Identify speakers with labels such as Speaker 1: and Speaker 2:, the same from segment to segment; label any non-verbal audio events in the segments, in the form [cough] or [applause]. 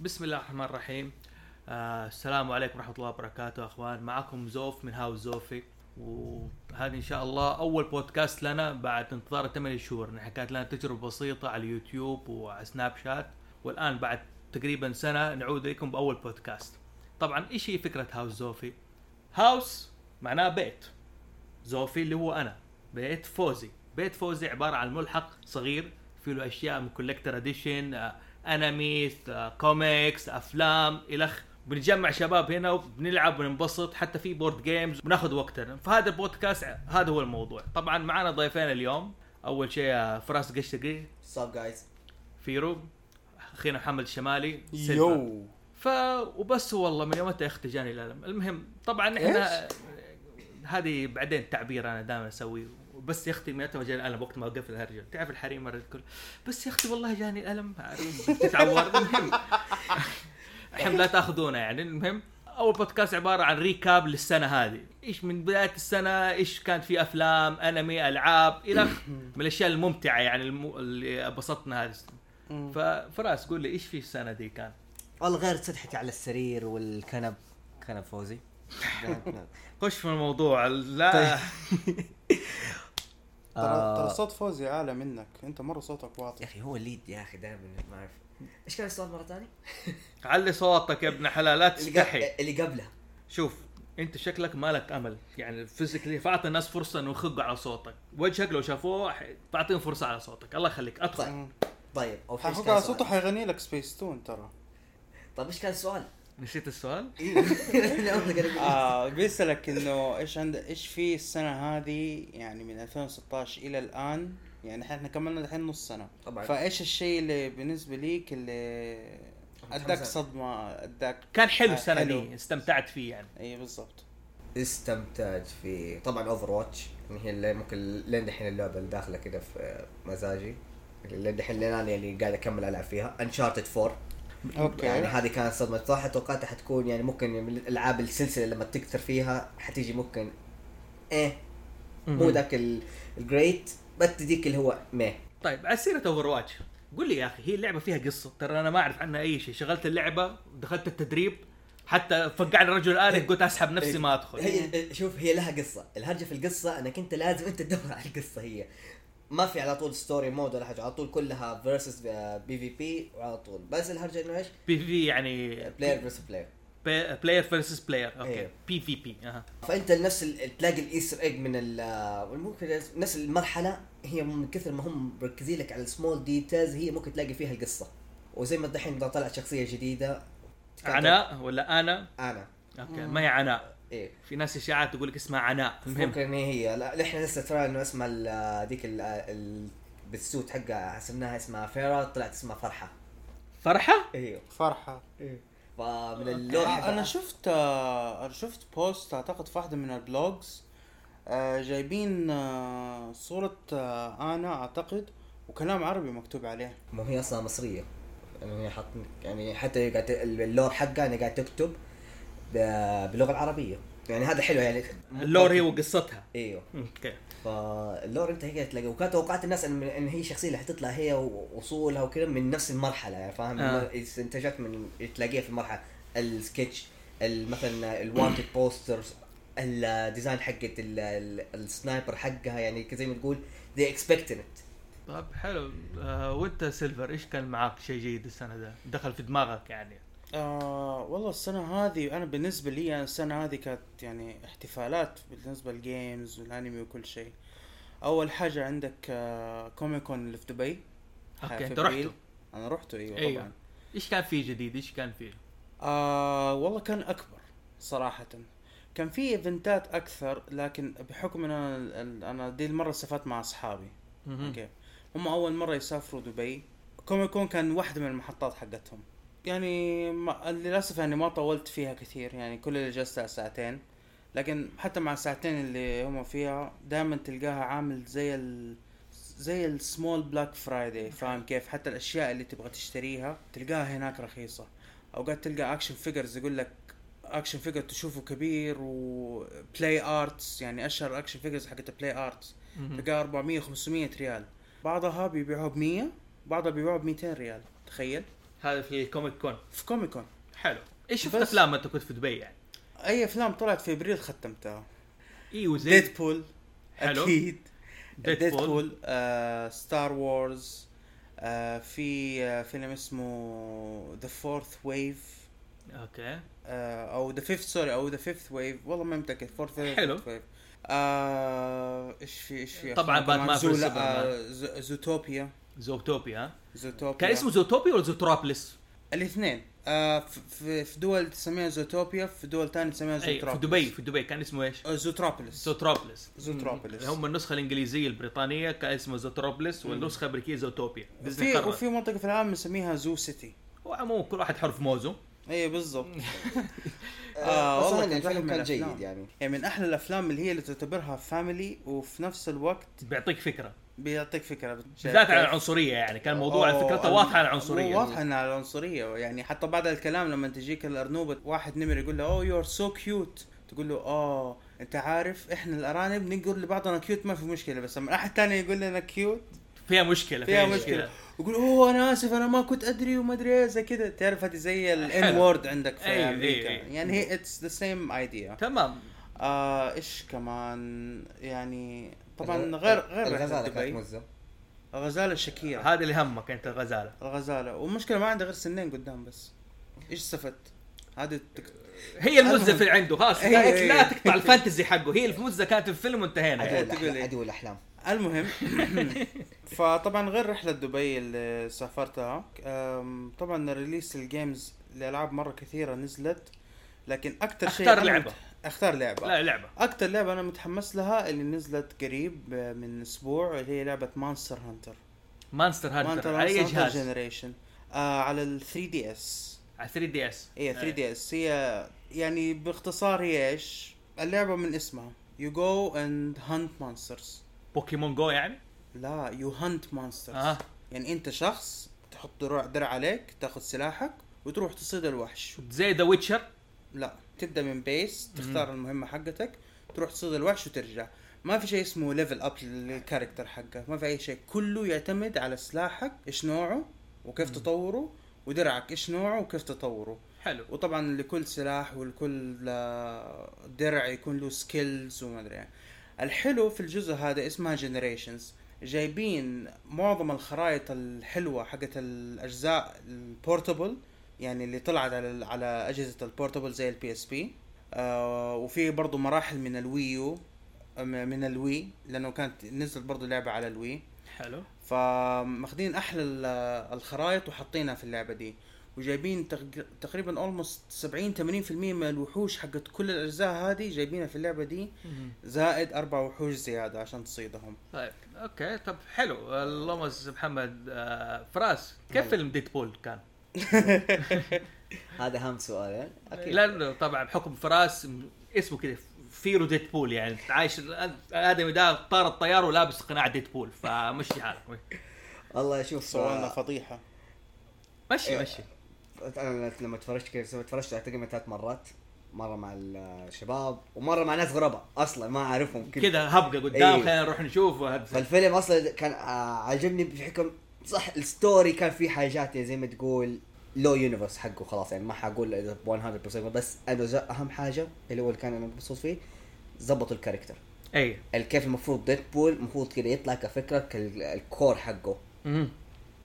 Speaker 1: بسم الله الرحمن الرحيم آه السلام عليكم ورحمة الله وبركاته أخوان معكم زوف من هاوس زوفي وهذا إن شاء الله أول بودكاست لنا بعد انتظار 8 شهور حكيت لنا تجربة بسيطة على اليوتيوب وعلى سناب شات والآن بعد تقريبا سنة نعود لكم بأول بودكاست طبعا إيش هي فكرة هاوس زوفي هاوس معناه بيت زوفي اللي هو أنا بيت فوزي بيت فوزي عبارة عن ملحق صغير فيه له أشياء من كولكتر اديشن انميز آه، كوميكس افلام الخ بنجمع شباب هنا وبنلعب وننبسط حتى في بورد جيمز بناخذ وقتنا فهذا البودكاست ع- هذا هو الموضوع طبعا معنا ضيفين اليوم اول شيء آه، فراس قشتقي
Speaker 2: صاب جايز
Speaker 1: فيرو اخينا محمد الشمالي سيلفا.
Speaker 3: يو
Speaker 1: ف وبس والله من يومتها يا اختي جاني الالم المهم طبعا احنا هذه بعدين تعبير انا دائما اسويه بس يا اختي من يومتها جاني الالم وقت ما وقفت الهرجه تعرف الحريم مره تقول بس يا اختي والله جاني الالم عارف، تتعور [laughs] المهم الحين لا تاخذونا يعني المهم اول بودكاست عباره عن ريكاب للسنه هذه ايش من بدايه السنه ايش كانت في افلام انمي العاب الى آخره. من الاشياء الممتعه يعني الم... اللي انبسطنا هذه السنة. ففراس قول لي ايش في السنه دي كان
Speaker 2: والله غير صدحتي على السرير والكنب كنب فوزي
Speaker 1: خش في الموضوع لا
Speaker 3: ترى
Speaker 2: آه.
Speaker 3: ترى صوت فوزي اعلى منك انت مره صوتك
Speaker 2: يا
Speaker 3: واطي
Speaker 2: اخي هو الليد يا اخي دائما ما اعرف
Speaker 4: ايش كان السؤال مره ثانيه؟
Speaker 1: علي صوتك يا ابن حلال لا تستحي
Speaker 4: اللي قبله
Speaker 1: شوف انت شكلك مالك امل يعني فيزيكلي فاعطي الناس فرصه انه يخقوا على صوتك وجهك لو شافوه ح- فاعطيهم فرصه على صوتك الله يخليك ادخل
Speaker 4: طيب.
Speaker 3: مم.
Speaker 4: طيب او ايش
Speaker 3: حيحط
Speaker 4: كان
Speaker 3: على صوته
Speaker 4: السؤال؟
Speaker 3: حيغني لك سبيس تون ترى
Speaker 4: طيب ايش كان السؤال؟ إيه.
Speaker 1: نسيت السؤال
Speaker 4: [laughs] أنا أول مرة قلت-
Speaker 3: آه بيسألك انه ايش عند ايش في السنه هذه يعني من 2016 الى الان يعني احنا كملنا الحين نص سنه
Speaker 4: طبعا
Speaker 3: فايش الشيء اللي بالنسبه ليك اللي اداك
Speaker 4: متحمس.
Speaker 3: صدمه اداك
Speaker 1: كان حلو
Speaker 3: آه،
Speaker 1: السنه
Speaker 3: حلو.
Speaker 1: دي استمتعت فيه يعني
Speaker 3: اي إيه، بالضبط
Speaker 4: استمتعت في طبعا اوفر واتش اللي هي اللي ممكن لين دحين اللعبه اللي داخله كده في مزاجي لين دحين لين انا يعني قاعد اكمل العب فيها انشارتد 4 يعني
Speaker 3: اوكي
Speaker 4: هذه كانت صدمه صراحه توقعتها حتكون يعني ممكن من الالعاب السلسله لما تكثر فيها حتيجي ممكن ايه مو ذاك ال- الجريت بس تجيك اللي هو ميه
Speaker 1: طيب على سيره اوفر واتش قول لي يا اخي هي اللعبه فيها قصه ترى انا ما اعرف عنها اي شيء شغلت اللعبه دخلت التدريب حتى فقعني الرجل الالي قلت اسحب
Speaker 4: إيه.
Speaker 1: نفسي ما ادخل
Speaker 4: هي شوف هي لها قصه الهرجه في القصه انك انت لازم انت تدور على القصه هي ما في على طول ستوري مود ولا حاجه على طول كلها فيرسس بي في بي وعلى طول بس الهرجه انه ايش
Speaker 1: بي في يعني
Speaker 4: بلاير فيرسس بلاير
Speaker 1: بلاير فيرسس بلاير اوكي
Speaker 4: إيه.
Speaker 1: بي في بي اها
Speaker 4: فانت نفس ال- تلاقي الايستر ايج من ال آه، ممكن نفس المرحله هي من كثر ما هم مركزين لك على السمول ديتيلز هي ممكن تلاقي فيها القصه وزي ما دحين إذا طلعت شخصيه جديده
Speaker 1: عناء ولا انا
Speaker 4: انا
Speaker 1: اوكي ما هي عناء
Speaker 4: ايه
Speaker 1: في ناس اشاعات تقول لك اسمها عناء المهم
Speaker 4: ممكن هي لا احنا لسه ترى انه اسمها ال- ديك ال- آه، ال- بالسوت حقها حسبناها اسمها فيرا طلعت اسمها فرحه
Speaker 1: فرحه
Speaker 4: ايوه
Speaker 3: فرحه
Speaker 4: فمن
Speaker 3: آه،
Speaker 4: اللوحه
Speaker 3: انا شفت آه، انا شفت بوست اعتقد في واحده من البلوجز آه، جايبين آه، صورة آه، انا اعتقد وكلام عربي مكتوب عليه
Speaker 4: مو هي اصلا مصريه يعني هي حط يعني حتى هي قاعد ال- اللور حقها انا قاعد تكتب ب- باللغه العربيه يعني هذا حلو يعني
Speaker 1: اللور هي وقصتها
Speaker 4: ايوه
Speaker 1: اوكي
Speaker 4: فاللور انت هيك تلاقي وكانت توقعات الناس ان ان هي الشخصيه اللي حتطلع هي واصولها وكذا من نفس المرحله يعني فاهم
Speaker 1: آه.
Speaker 4: استنتجت من تلاقيها في المرحله السكتش ال- مثلا الوانتد بوسترز الديزاين حقت ال- ال- السنايبر حقها يعني زي ما تقول they expected it
Speaker 1: طب طيب، حلو آه وانت سيلفر ايش كان معاك شيء جيد السنه ده دخل في دماغك يعني
Speaker 3: آه والله السنة هذه أنا بالنسبة لي أنا السنة هذه كانت يعني احتفالات بالنسبة للجيمز والأنمي وكل شيء أول حاجة عندك آه كوميكون اللي في دبي
Speaker 1: اوكي
Speaker 3: في
Speaker 1: انت
Speaker 3: أبريل.
Speaker 1: رحت
Speaker 3: أنا رحته أيوه,
Speaker 1: أيوة.
Speaker 3: طبعا
Speaker 1: ايش كان فيه جديد ايش كان فيه
Speaker 3: آه والله كان أكبر صراحة كان في ايفنتات أكثر لكن بحكم إن أنا ال- أنا دي المرة سافرت مع أصحابي
Speaker 1: مهم.
Speaker 3: اوكي هم اول مره يسافروا دبي كوميكون كان واحده من المحطات حقتهم يعني ما للاسف يعني ما طولت فيها كثير يعني كل اللي جلست على ساعتين لكن حتى مع الساعتين اللي هم فيها دائما تلقاها عامل زي ال زي السمول بلاك فرايداي فاهم كيف حتى الاشياء اللي تبغى تشتريها تلقاها هناك رخيصه اوقات تلقى اكشن فيجرز يقول لك اكشن فيجر تشوفه كبير وبلاي ارتس يعني اشهر اكشن فيجرز حقت بلاي ارتس
Speaker 1: مهم.
Speaker 3: تلقاه 400 500 ريال بعضها بيبيعوه ب 100 بعضها بيبيعوه ب 200 ريال تخيل
Speaker 1: هذا في كوميك كون
Speaker 3: في كوميك كون
Speaker 1: حلو ايش شفت
Speaker 3: بس-
Speaker 1: افلام انت كنت في دبي يعني؟
Speaker 3: اي افلام طلعت في ابريل ختمتها
Speaker 1: ايوه زي
Speaker 3: ديد بول
Speaker 1: حلو.
Speaker 3: اكيد ديد
Speaker 1: ديدبول
Speaker 3: بول ستار وورز آه في آه فيلم اسمه ذا فورث ويف
Speaker 1: اوكي
Speaker 3: آه، او ذا فيفث سوري او ذا فيفث ويف والله ما متاكد فورث ويف
Speaker 1: حلو.
Speaker 3: ويف آه ايش في ايش في
Speaker 1: طبعاً
Speaker 3: أفلام كمان؟
Speaker 1: باتمان
Speaker 3: زولا-
Speaker 1: versus
Speaker 3: آه، ز- زوتوبيا
Speaker 1: زوتوبيا ها؟
Speaker 3: زوتوبيا
Speaker 1: كان اسمه زوتوبيا ولا زوتروبلس؟
Speaker 3: الاثنين آه ف- في في دول تسميها زوتوبيا في دول تانية تسميها
Speaker 1: اي
Speaker 3: زوتروبيس
Speaker 1: في دبي في دبي كان اسمه ايش؟
Speaker 3: آه، زوتروبوليس
Speaker 1: زوتروبلس
Speaker 3: زوتروبوليس
Speaker 1: هم النسخه الانجليزيه البريطانيه كان اسمه زوتروبلس والنسخه الامريكيه زوتوبيا ديزني
Speaker 3: في
Speaker 1: قرر
Speaker 3: وفي منطقة في العالم نسميها زو سيتي
Speaker 1: وعموما كل واحد حرف موزه
Speaker 3: اي بالضبط
Speaker 1: [laughs]
Speaker 4: آه
Speaker 3: والله
Speaker 4: والله
Speaker 3: كان
Speaker 4: الفيلم
Speaker 3: رحمة
Speaker 4: كان
Speaker 3: الأفلام.
Speaker 4: جيد يعني
Speaker 3: يعني من احلى الافلام اللي هي اللي تعتبرها فاميلي وفي نفس الوقت
Speaker 1: بيعطيك فكره
Speaker 3: بيعطيك فكره
Speaker 1: بالذات على العنصريه يعني كان الموضوع على
Speaker 3: أوه،
Speaker 1: فكرته
Speaker 3: ال-
Speaker 1: واضحه على العنصريه
Speaker 3: واضحه انها على العنصريه يعني حتى بعد الكلام لما تجيك الارنوبه واحد نمر يقول له "Oh, اوه يو ار سو كيوت تقول له اه انت عارف احنا الارانب نقول لبعضنا كيوت ما في مشكله بس لما احد ثاني يقول لنا كيوت
Speaker 1: فيها مشكله
Speaker 3: فيها مشكله يقول اوه انا اسف انا ما كنت ادري وما ادري ايه زي كذا تعرف هذه زي الان
Speaker 1: حلو.
Speaker 3: وورد عندك في
Speaker 1: أيوه،
Speaker 3: امريكا
Speaker 1: أيوه، أيوه.
Speaker 3: يعني هي اتس ذا سيم ايديا
Speaker 1: تمام
Speaker 3: آه ايش كمان يعني طبعا غير غير رحلة
Speaker 4: الغزاله كانت
Speaker 3: دبي
Speaker 4: مزه
Speaker 3: الغزاله الشكيره
Speaker 1: هذا اللي همك انت الغزاله
Speaker 3: الغزاله والمشكله ما عنده غير سنين قدام بس ايش استفدت هذه التك...
Speaker 1: هي المزه في عنده خلاص
Speaker 3: هي-
Speaker 1: لا,
Speaker 3: هي-
Speaker 1: لا
Speaker 3: هي.
Speaker 1: تقطع الفانتزي حقه هي المزه كانت في الفيلم وانتهينا
Speaker 4: عدو
Speaker 1: يعني.
Speaker 3: تقول
Speaker 4: الاحلام
Speaker 3: إيه؟
Speaker 4: عدو الاحلام
Speaker 1: [laughs]
Speaker 3: المهم فطبعا غير رحله دبي اللي سافرتها أم، طبعا ريليس الجيمز لالعاب مره كثيره نزلت لكن اكثر شيء
Speaker 1: اختار
Speaker 3: أنا
Speaker 1: لعبة.
Speaker 3: مت- اختار لعبه
Speaker 1: لا لعبه
Speaker 3: اكثر لعبه انا متحمس لها اللي نزلت قريب من اسبوع اللي هي لعبه مانستر هانتر
Speaker 1: مانستر هانتر على اي جهاز؟ على
Speaker 3: جنريشن آه على ال 3 دي اس
Speaker 1: 3 دي اس
Speaker 3: هي 3 إيه، دي اس هي يعني باختصار هي ايش؟ اللعبه من اسمها يو جو اند هانت مونسترز
Speaker 1: بوكيمون جو يعني؟
Speaker 3: لا يو هانت مونسترز
Speaker 1: اها
Speaker 3: يعني انت شخص تحط درع, درع عليك تاخذ سلاحك وتروح تصيد الوحش
Speaker 1: زي ذا ويتشر
Speaker 3: لا تبدا من بيس تختار المهمه حقتك تروح تصيد الوحش وترجع ما في شيء اسمه ليفل اب للكاركتر حقك ما في اي شيء كله يعتمد على سلاحك ايش نوعه وكيف تطوره ودرعك ايش نوعه وكيف تطوره
Speaker 1: حلو
Speaker 3: وطبعا لكل سلاح ولكل آه، درع يكون له سكيلز وما ادري إيه. الحلو في الجزء هذا اسمها جنريشنز جايبين معظم الخرائط الحلوه حقت الاجزاء البورتبل يعني اللي طلعت على على اجهزه البورتبل زي البي اس بي آه، وفي برضه مراحل من الويو آه، من الوي لانه كانت نزلت برضه لعبه على الوي
Speaker 1: حلو
Speaker 3: فماخذين احلى ال- الخرائط وحاطينها في اللعبه دي وجايبين تق- تقريبا اولموست 70 80% من الوحوش حقت كل الاجزاء هذه جايبينها في اللعبه دي زائد اربع وحوش زياده عشان تصيدهم
Speaker 1: طيب اوكي طب حلو اللهم محمد آه، فراس كيف فيلم ديدبول كان؟
Speaker 5: هذا اهم سؤال يعني. اكيد
Speaker 1: لانه طبعا بحكم فراس م- اسمه كذا فيرو ديدبول يعني عايش الادمي ده طار الطياره ولابس قناع ديدبول فمشي حالك
Speaker 4: والله شوف
Speaker 3: سوالنا
Speaker 4: آه،
Speaker 3: فضيحه
Speaker 1: مشي مشي
Speaker 4: انا لما تفرجت كذا لما تفرجت تقريبا ثلاث مرات مره مع الشباب ومره مع ناس غرباء اصلا ما اعرفهم كذا
Speaker 1: كذا هبقه قدام
Speaker 4: إيه.
Speaker 1: خلينا نروح نشوف وهد-
Speaker 4: فالفيلم اصلا كان آه، عجبني بحكم صح الستوري كان فيه حاجات يعني زي ما تقول لو يونيفرس حقه خلاص يعني ما حقول إذا 100% بس انا ز- اهم حاجه اللي هو اللي كان انا مبسوط فيه ظبطوا الكاركتر
Speaker 1: اي
Speaker 4: كيف المفروض ديدبول المفروض كده يطلع كفكره كالكور حقه
Speaker 1: مهم.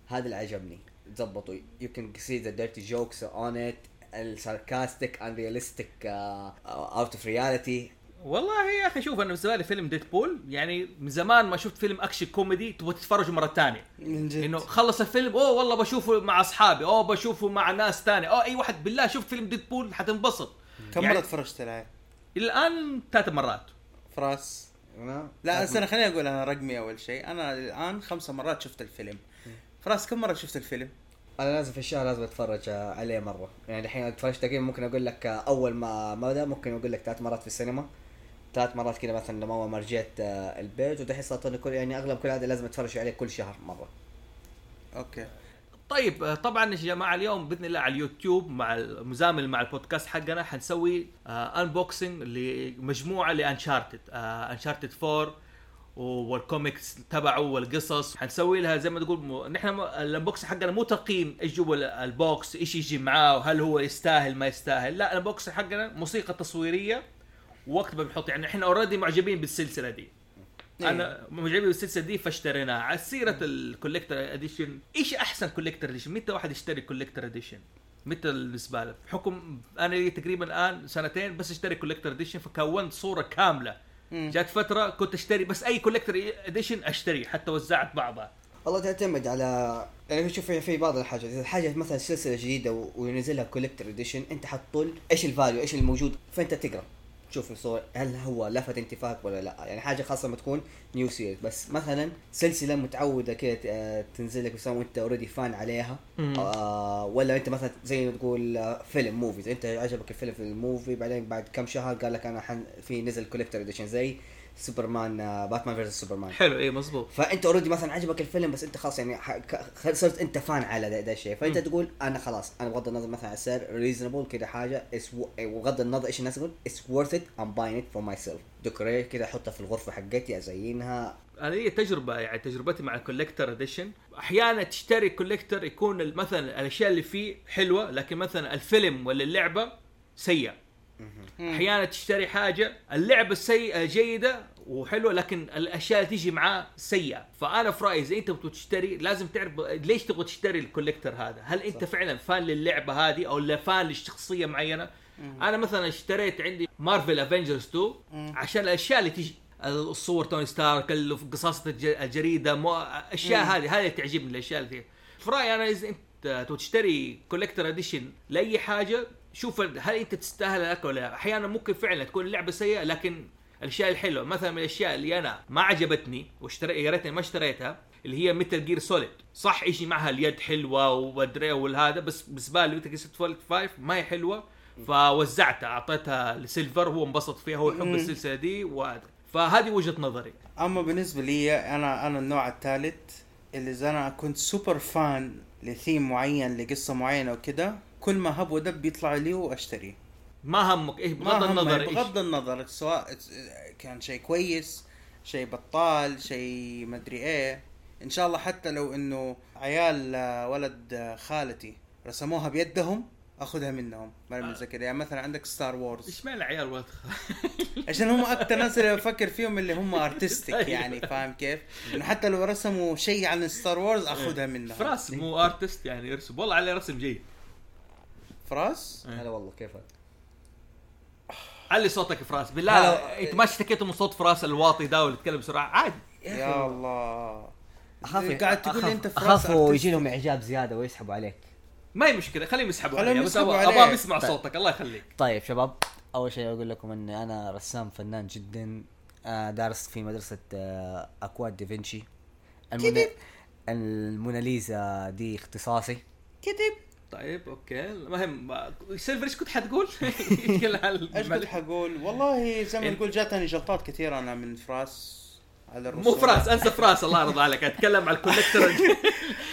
Speaker 4: هذا اللي عجبني تظبطوا you can see the dirty jokes on it الساركاستيك unrealistic uh, out of reality
Speaker 1: والله يا اخي شوف انا بالنسبه لي فيلم ديدبول يعني من زمان ما شفت فيلم اكشن كوميدي تبغى تتفرجه مره ثانيه
Speaker 3: من جد
Speaker 1: انه خلص الفيلم اوه والله بشوفه مع اصحابي اوه بشوفه مع ناس ثانيه اوه اي واحد بالله شوف فيلم ديدبول حتنبسط
Speaker 3: كم
Speaker 1: يعني-
Speaker 3: مره تفرجت لها
Speaker 1: الان ثلاث مرات
Speaker 3: فراس
Speaker 4: أنا-
Speaker 3: لا استنى خليني اقول انا رقمي اول شيء انا الان خمسة مرات شفت الفيلم فراس كم مره شفت الفيلم
Speaker 4: انا لازم في الشهر لازم اتفرج آه، عليه مره يعني الحين اتفرج تقريبا ممكن اقول لك آه، اول ما مدى ممكن اقول لك ثلاث مرات في السينما ثلاث مرات كذا مثلا لما أول ما رجعت آه، البيت ودحين صارت لي كل يعني اغلب كل عاده لازم اتفرج عليه كل شهر مره
Speaker 3: اوكي
Speaker 1: طيب آه، طبعا يا جماعه اليوم باذن الله على اليوتيوب مع مزامل مع البودكاست حقنا آه، حنسوي انبوكسنج لمجموعه لانشارتد انشارتد 4 والكوميكس تبعه والقصص حنسوي لها زي ما تقول م... نحن م... الانبوكس حقنا مو تقييم ايش جوا ال- البوكس ايش يجي معاه وهل هو يستاهل ما يستاهل لا الانبوكس حقنا موسيقى تصويريه وقت ما بنحط يعني احنا اوريدي معجبين بالسلسله دي انا معجبين بالسلسله دي فاشتريناها على سيره الكوليكتر اديشن ايش احسن كوليكتر اديشن متى واحد يشتري كوليكتر اديشن متى بالنسبه له بحكم انا لي تقريبا الان سنتين بس اشتري كوليكتر اديشن فكونت صوره كامله
Speaker 3: مم.
Speaker 1: جات فتره كنت اشتري بس اي كوليكتر اديشن اشتري حتى وزعت بعضها
Speaker 6: والله تعتمد على يعني شوف في- في بعض الحاجات اذا الحاجه مثلا سلسله جديده و- وينزلها كوليكتر اديشن انت حتطل ايش الفاليو ايش الموجود فانت تقرا تشوف الصور هل هو لفت انتباهك ولا لا يعني حاجه خاصه لما تكون نيو سيريز بس مثلا سلسله متعوده كده آه، تنزل لك مثلا وانت اوريدي فان عليها آه ولا انت مثلا زي ما تقول آه، فيلم موفيز انت عجبك الفيلم في الموفي بعدين بعد كم شهر قال لك انا حن في نزل كوليكتر اديشن زي سوبرمان آه، باتمان فيرس سوبرمان
Speaker 1: حلو اي مزبوط
Speaker 6: فانت اوريدي مثلا عجبك الفيلم بس انت خلاص يعني ح- ك- خ- صرت انت فان على ده, ده الشيء فانت
Speaker 1: مم.
Speaker 6: تقول انا خلاص انا بغض النظر مثلا عن السعر ريزونبل كده حاجه is wo- وغض النظر ايش الناس تقول اتس worth ات ام باين ات فور ماي سيلف ديكوريه كده احطها في الغرفه حقتي ازينها
Speaker 1: انا لي تجربه يعني تجربتي مع الكوليكتر اديشن احيانا تشتري كوليكتر يكون ال- مثلا الاشياء اللي فيه حلوه لكن مثلا الفيلم ولا اللعبه سيئه احيانا تشتري حاجه اللعبه السيئه جيده وحلوه لكن الاشياء اللي تيجي معاه سيئه فانا في رايي اذا انت بتبغى تشتري لازم تعرف ليش تبغى تشتري الكوليكتر هذا هل انت صح. فعلا فان للعبه هذه او لا فان لشخصيه معينه انا مثلا اشتريت عندي مارفل افنجرز 2 عشان الاشياء اللي تيجي الصور توني ستارك ال- قصاصة الج- الجريده مو اشياء هذه هذه تعجبني الاشياء اللي فيها. في رايي انا اذا انت تبغى تشتري كوليكتر اديشن لاي حاجه شوف هل انت تستاهل لك ولا لا. احيانا ممكن فعلا تكون اللعبه سيئه لكن الاشياء الحلوه مثلا من الاشياء اللي انا ما عجبتني واشتري يا ريتني ما اشتريتها اللي هي متل جير سوليد صح يجي معها اليد حلوه ومدري إيه والهذا بس بالنسبه لي متل جير سوليد 5 ما هي حلوه فوزعتها اعطيتها لسيلفر هو انبسط فيها هو يحب
Speaker 3: مم.
Speaker 1: السلسله دي وهذا فهذه وجهه نظري
Speaker 3: اما بالنسبه لي انا انا النوع الثالث اللي اذا انا كنت سوبر فان لثيم معين لقصه معينه وكذا كل ما هب ودب بيطلع لي واشتريه
Speaker 1: ما همك ايه بغض
Speaker 3: ما
Speaker 1: النظر
Speaker 3: النظر
Speaker 1: ايش
Speaker 3: بغض النظر سواء كان شيء كويس شيء بطال شيء مدري ايه ان شاء الله حتى لو انه عيال آه، ولد آه، خالتي رسموها بيدهم اخذها منهم ما أنا متذكر يعني مثلا عندك ستار وورز
Speaker 1: ايش معنى عيال ولد خالتي؟
Speaker 3: عشان هم اكثر ناس اللي بفكر فيهم اللي هم
Speaker 1: أيوة.
Speaker 3: ارتستيك يعني فاهم كيف؟ انه حتى لو رسموا شيء عن ستار وورز اخذها منهم
Speaker 1: إيه. فراس مو ارتست يعني يرسم والله عليه رسم جيد
Speaker 3: فراس؟
Speaker 1: إيه.
Speaker 6: هلا والله كيف هذا؟
Speaker 1: علي صوتك يا فراس
Speaker 6: هلا.
Speaker 1: بالله انت ما اشتكيت من صوت فراس الواطي ده واللي يتكلم بسرعه عادي
Speaker 3: يا الله
Speaker 6: أخاف-
Speaker 3: قاعد تقول لي
Speaker 6: أخاف-
Speaker 3: انت فراس
Speaker 4: اخافوا
Speaker 3: ارتستيك
Speaker 4: يجي لهم اعجاب زياده ويسحبوا عليك
Speaker 1: ما هي مشكله خليهم يسحبوا
Speaker 3: خليهم
Speaker 1: عليها بس
Speaker 3: يسحبوا
Speaker 1: ابغى
Speaker 3: عليه.
Speaker 1: ابغى اسمع
Speaker 4: طيب.
Speaker 1: صوتك الله يخليك
Speaker 4: طيب شباب اول شيء اقول لكم اني انا رسام فنان جدا آه، دارس في مدرسه آه، اكواد دافنشي المنا... الموناليزا دي اختصاصي
Speaker 3: كذب
Speaker 1: طيب اوكي المهم ما- سيلفر ايش كنت حتقول؟ [laughs] يتكلم عن
Speaker 3: ايش كنت
Speaker 1: الملك.
Speaker 3: حقول؟ والله زي ما
Speaker 1: إن-
Speaker 3: نقول جاتني جلطات كثيره انا من فراس على الرسوم
Speaker 1: مو فراس انسى فراس الله يرضى عليك اتكلم على
Speaker 3: [laughs]
Speaker 1: الكوليكتر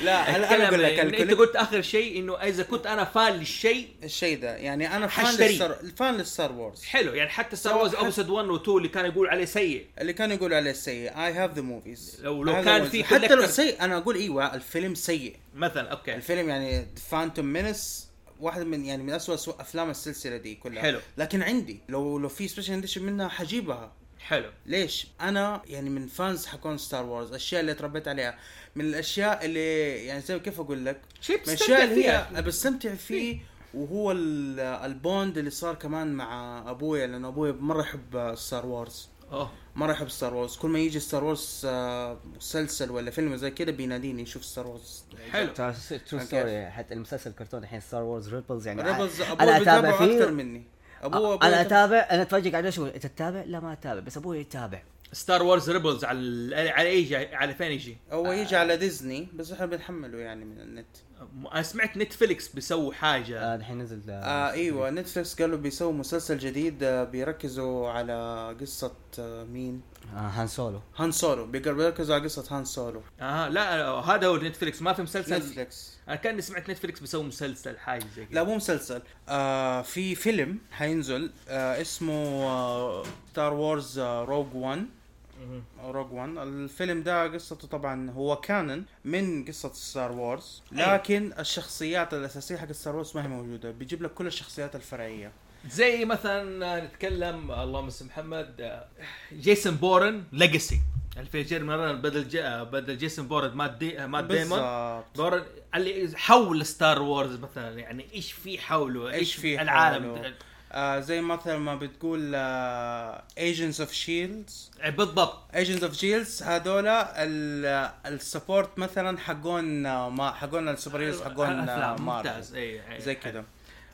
Speaker 3: لا انا أنا اقول لك
Speaker 1: إن انت
Speaker 3: الكوليك-
Speaker 1: قلت اخر شيء انه اذا كنت انا فان للشيء
Speaker 3: الشيء ده يعني انا فان
Speaker 1: حشتري.
Speaker 3: للستار فان للستار وورز
Speaker 1: حلو يعني حتى ستار وورز ابسود 1 و 2 اللي كان يقول عليه سيء
Speaker 3: اللي كانوا يقولوا عليه سيء اي هاف ذا موفيز
Speaker 1: لو- لو كان في
Speaker 3: حتى لو
Speaker 1: collector-
Speaker 3: سيء انا اقول ايوه الفيلم سيء
Speaker 1: مثلا اوكي
Speaker 3: الفيلم يعني فانتوم مينس واحد من يعني من اسوء أسوأ افلام السلسله دي كلها
Speaker 1: حلو.
Speaker 3: لكن عندي لو لو في سبيشال اديشن منها حجيبها
Speaker 1: حلو
Speaker 3: ليش؟ انا يعني من فانز حكون ستار وورز، الاشياء اللي تربيت عليها، من الاشياء اللي يعني زي كيف اقول لك؟
Speaker 1: شيء
Speaker 3: من
Speaker 1: بتستمتع
Speaker 3: الاشياء اللي
Speaker 1: فيها. إيه.
Speaker 3: هي بستمتع فيه وهو ال- البوند اللي صار كمان مع ابويا لانه ابويا مره يحب ستار وورز،
Speaker 1: اوه
Speaker 3: مره يحب ستار وورز، كل ما يجي ستار وورز آه، مسلسل ولا فيلم زي كده بيناديني شوف ستار وورز.
Speaker 1: حلو
Speaker 4: ترو ستوري حتى المسلسل الكرتون الحين ستار وورز ريبلز يعني
Speaker 3: ريبلز
Speaker 4: أنا
Speaker 3: ابوه
Speaker 4: أتابع
Speaker 3: بيتابعه
Speaker 4: فيه. آه،
Speaker 3: اكثر مني. ابوه
Speaker 4: انا
Speaker 3: أبوه-
Speaker 4: اتابع انا اتفرج قاعد اشوف انت تتابع؟ لا ما اتابع بس ابوي يتابع
Speaker 1: ستار وورز ريبلز على ال- على اي جا- على فين يجي؟
Speaker 3: هو يجي على ديزني بس احنا بنحمله يعني من النت.
Speaker 1: انا سمعت نتفليكس بيسووا حاجه
Speaker 4: آه، الحين نزل آه،
Speaker 3: آه ايوه نتفلكس قالوا بيسووا مسلسل جديد آه، بيركزوا على قصه آه، مين؟
Speaker 4: آه، هان سولو
Speaker 3: هان سولو بيقر- بيركزوا على قصه هان سولو
Speaker 1: اه لا هذا هو نتفلكس ما في مسلسل
Speaker 3: نتفلكس
Speaker 1: انا كاني سمعت نتفلكس بيسوي مسلسل حاجه زي كذا
Speaker 3: لا مو مسلسل آه في آه، فيلم حينزل آه اسمه ستار وورز روج 1 روج وان الفيلم ده قصته طبعا هو كانن من قصه ستار وورز لكن الشخصيات الاساسيه حق ستار وورز ما هي موجوده بيجيب لك كل الشخصيات الفرعيه
Speaker 1: زي مثلا نتكلم اللهم اسم محمد آه، جيسون بورن ليجاسي الفيجر مرة بدل جا بدل جيسون بورن مات دي آه، مات ديمون
Speaker 3: بالضبط
Speaker 1: بورن اللي حول ستار وورز مثلا يعني ايش في حوله
Speaker 3: إيش في
Speaker 1: العالم
Speaker 3: حوله؟ آه زي مثلا ما بتقول آه، ايجنتس اوف شيلدز
Speaker 1: آه، بالضبط
Speaker 3: ايجنتس اوف شيلدز هذولا آه، السبورت مثلا حقون آه، ما حقون السوبر هيروز حقون آه،
Speaker 1: الافلام
Speaker 3: مارفل
Speaker 1: ممتاز اي
Speaker 3: زي كذا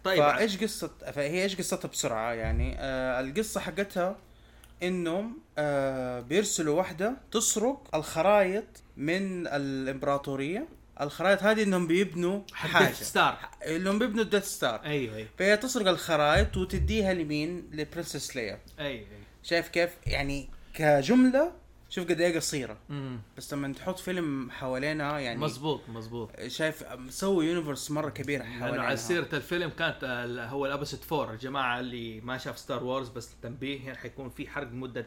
Speaker 1: طيب
Speaker 3: فايش قصه فهي ايش قصتها بسرعه يعني آه القصه حقتها انهم آه بيرسلوا واحده تسرق الخرائط من الامبراطوريه الخرائط هذه انهم بيبنوا
Speaker 1: حاجه
Speaker 3: حاجه
Speaker 1: ستار
Speaker 3: انهم بيبنوا الديث ستار
Speaker 1: ايوه ايوه
Speaker 3: فهي تسرق الخرائط وتديها لمين لبرنسس ليا
Speaker 1: ايوه ايوه
Speaker 3: شايف كيف يعني كجمله شوف قد ايه قصيره
Speaker 1: مم.
Speaker 3: بس لما تحط فيلم حوالينها يعني
Speaker 1: مزبوط مزبوط
Speaker 3: شايف مسوي يونيفرس مره كبير
Speaker 1: لانه
Speaker 3: حوالينها
Speaker 1: على سيره الفيلم كانت آه، هو الابسود 4 الجماعه اللي ما شاف ستار وورز بس تنبيه هنا حيكون في حرق مده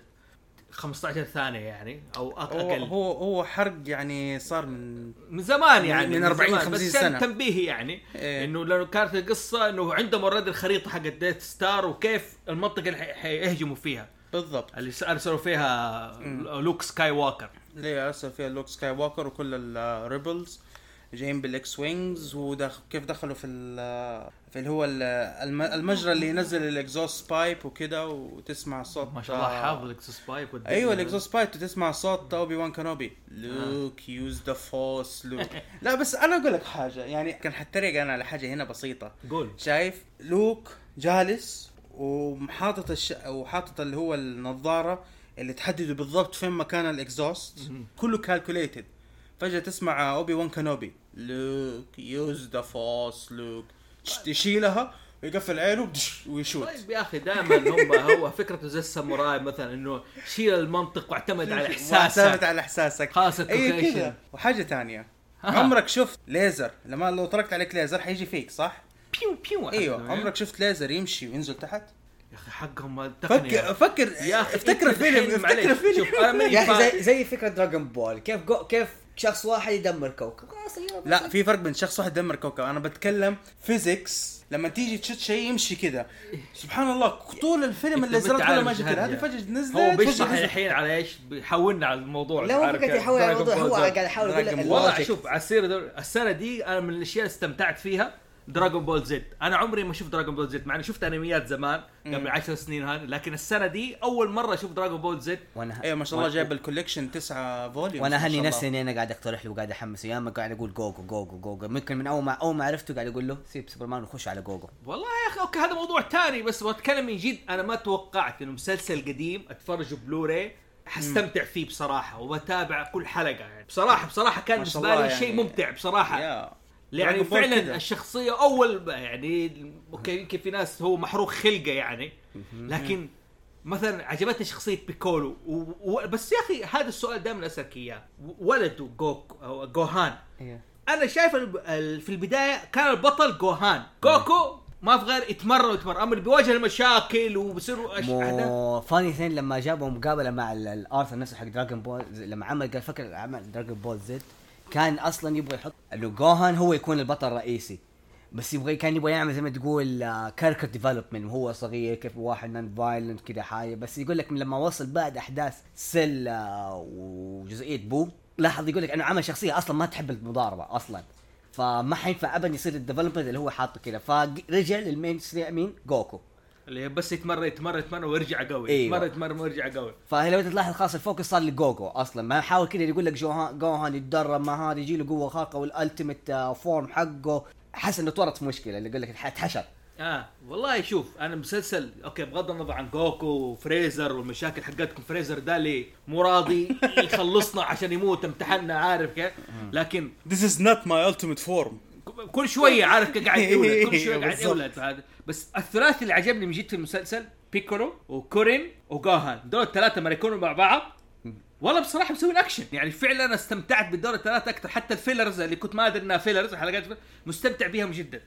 Speaker 1: 15 ثانيه يعني او أق-
Speaker 3: هو
Speaker 1: اقل
Speaker 3: هو هو حرق يعني صار من
Speaker 1: من زمان
Speaker 3: من-
Speaker 1: يعني
Speaker 3: من 40
Speaker 1: زمان،
Speaker 3: 50
Speaker 1: بس كان
Speaker 3: سنة.
Speaker 1: تنبيهي يعني
Speaker 3: إيه.
Speaker 1: انه لانه كانت القصه انه عندهم اوريدي الخريطه حقت ديث ستار وكيف المنطقه اللي حي- حيهجموا فيها
Speaker 3: بالضبط
Speaker 1: اللي س- ارسلوا فيها لوك سكاي واكر
Speaker 3: اللي ارسل فيها لوك سكاي واكر وكل الريبلز جايين بالاكس وينجز وكيف دخلوا في ال- آه، في اللي هو ال- الم- المجرى اللي ينزل الاكزوست بايب وكده وتسمع صوت
Speaker 1: ما شاء الله
Speaker 3: آه،
Speaker 1: حافظ الاكسس بايب
Speaker 3: ايوه الاكزوست بايب تسمع صوت اوبي وان كانوبي
Speaker 1: آه.
Speaker 3: لوك يوز ذا فورس لوك
Speaker 1: [laughs]
Speaker 3: لا بس انا اقول لك حاجه يعني كان حتريق انا على حاجه هنا بسيطه
Speaker 1: قول
Speaker 3: شايف لوك جالس وحاطط الش... وحاطط اللي هو النظاره اللي تحدده بالضبط فين مكان الاكزوست كله كالكوليتد فجاه تسمع اوبي وان كانوبي لوك يوز ذا فورس لوك يشيلها ويقفل عينه بدش ويشوت
Speaker 1: طيب يا اخي دائما هم هو فكرته زي الساموراي مثلا انه شيل المنطق واعتمد
Speaker 3: [laughs]
Speaker 1: على
Speaker 3: واعتمد
Speaker 1: احساسك
Speaker 3: على احساسك
Speaker 1: خلاص
Speaker 3: اي
Speaker 1: الكوكيشن.
Speaker 3: كذا وحاجه ثانيه
Speaker 1: ها.
Speaker 3: عمرك شفت ليزر لما لو تركت عليك ليزر حيجي فيك صح؟
Speaker 1: بيو بيو
Speaker 3: ايوه عمرك شفت ليزر يمشي وينزل تحت؟
Speaker 1: يا اخي حقهم التقنيه
Speaker 3: فكر فكر
Speaker 1: يا أخي،
Speaker 3: افتكر
Speaker 1: أنت الحين،
Speaker 3: الفيلم
Speaker 1: معليش،
Speaker 3: افتكر الفيلم
Speaker 1: شوف، أنا ماني
Speaker 6: يا اخي
Speaker 1: فاهم.
Speaker 6: زي زي فكره دراجون بول كيف جو كيف شخص واحد يدمر كوكب خلاص أيوة،
Speaker 3: لا في فرق بين شخص واحد يدمر كوكب انا بتكلم فيزيكس لما تيجي تشوت شيء يمشي كده سبحان الله طول الفيلم
Speaker 1: أنت
Speaker 3: اللي زرت
Speaker 1: متعرف
Speaker 3: كله ما جي
Speaker 1: جهاد
Speaker 3: كده هذه
Speaker 1: يعني.
Speaker 3: فجاه نزلت
Speaker 1: إيه، هو
Speaker 3: فجأة
Speaker 1: بيشرح
Speaker 3: نزلت.
Speaker 1: الحين على ايش بيحولنا على الموضوع
Speaker 6: لا مو فكره يحاول على الموضوع هو قاعد يحاول يقول لك
Speaker 1: والله
Speaker 6: اللوجيك.
Speaker 1: شوف على السيره دول- السنه دي انا من الاشياء اللي استمتعت فيها دراغون بول زد انا عمري ما شفت دراغون بول زد مع اني شفت انميات زمان قبل 10 سنين هان لكن السنه دي اول مره اشوف دراغون بول زد
Speaker 4: وانا
Speaker 3: ايوه ما شاء الله جايب الكوليكشن تسعة فوليوم
Speaker 4: وانا هني نفسي اني انا قاعد اقترح له وقاعد احمسه يا اما قاعد اقول جوجو جوجو جوجو ممكن من اول ما اول ما عرفته قاعد اقول له سيب سوبرمان وخش على جوجو
Speaker 1: والله يا اخي اوكي هذا موضوع تاني بس بتكلم من جد انا ما توقعت انه مسلسل قديم اتفرجه بلوراي حستمتع فيه بصراحه وبتابع كل حلقه يعني بصراحه بصراحه كان
Speaker 3: ما شاء
Speaker 1: بالنسبه
Speaker 3: الله
Speaker 1: لي
Speaker 3: يعني.
Speaker 1: شيء ممتع بصراحه
Speaker 3: يا
Speaker 1: يعني
Speaker 3: Dragon Ball
Speaker 1: فعلا
Speaker 3: كده.
Speaker 1: الشخصيه اول يعني اوكي يمكن في ناس هو محروق خلقه يعني لكن مثلا عجبتني شخصيه بيكولو و... و... بس يا اخي هذا السؤال دائما اسالك اياه ولده جوك أو جوهان انا شايف الب- ال- في البدايه كان البطل جوهان جوكو ما في غير يتمرن ويتمرن اما اللي بيواجه المشاكل وبيصيروا أش- أحداث.
Speaker 4: مو فاني ثين لما جابوا مقابله مع ال- الارثر نفسه حق دراجون بول ز- لما عمل قال فكر عمل دراجون بول زد كان اصلا يبغى يحط انه جوهان هو يكون البطل الرئيسي بس يبغى كان يبغى يعمل زي ما تقول كاركتر ديفلوبمنت وهو صغير كيف واحد نون فايلنت كذا حاجه بس يقول لك لما وصل بعد احداث سيل آه، وجزئيه بو لاحظ يقول لك انه عمل شخصيه اصلا ما تحب المضاربه اصلا فما حينفع ابدا يصير الديفلوبمنت اللي هو حاطه كذا فرجع للمين مين جوكو
Speaker 1: اللي بس يتمرن يتمرن يتمرن ويرجع قوي
Speaker 4: أيوة.
Speaker 1: يتمرن يتمرن ويرجع قوي
Speaker 4: فهي لو تلاحظ خلاص الفوكس صار لجوجو اصلا ما حاول كذا يقول لك جوهان جوهان يتدرب مع هذا يجي له قوه خارقه والالتيميت فورم آه، حقه حس انه تورط في مشكله اللي يقول لك اتح- اتحشر
Speaker 1: اه والله شوف انا مسلسل اوكي بغض النظر عن جوكو وفريزر والمشاكل حقتكم فريزر ده اللي مو راضي يخلصنا عشان يموت امتحنا عارف كيف لكن
Speaker 3: This is not my ultimate form
Speaker 1: كل شويه عارف كيف قاعد يولد كل شويه قاعد
Speaker 3: بالظبط.
Speaker 1: يولد هذا بس الثلاثي اللي عجبني من جد في المسلسل بيكولو وكورين وجوهان دول الثلاثه لما يكونوا مع بعض والله بصراحه مسوين اكشن يعني فعلا أنا استمتعت بالدور الثلاثه اكثر حتى الفيلرز اللي كنت ما ادري انها فيلرز حلقات فيلرز، مستمتع بيهم جدا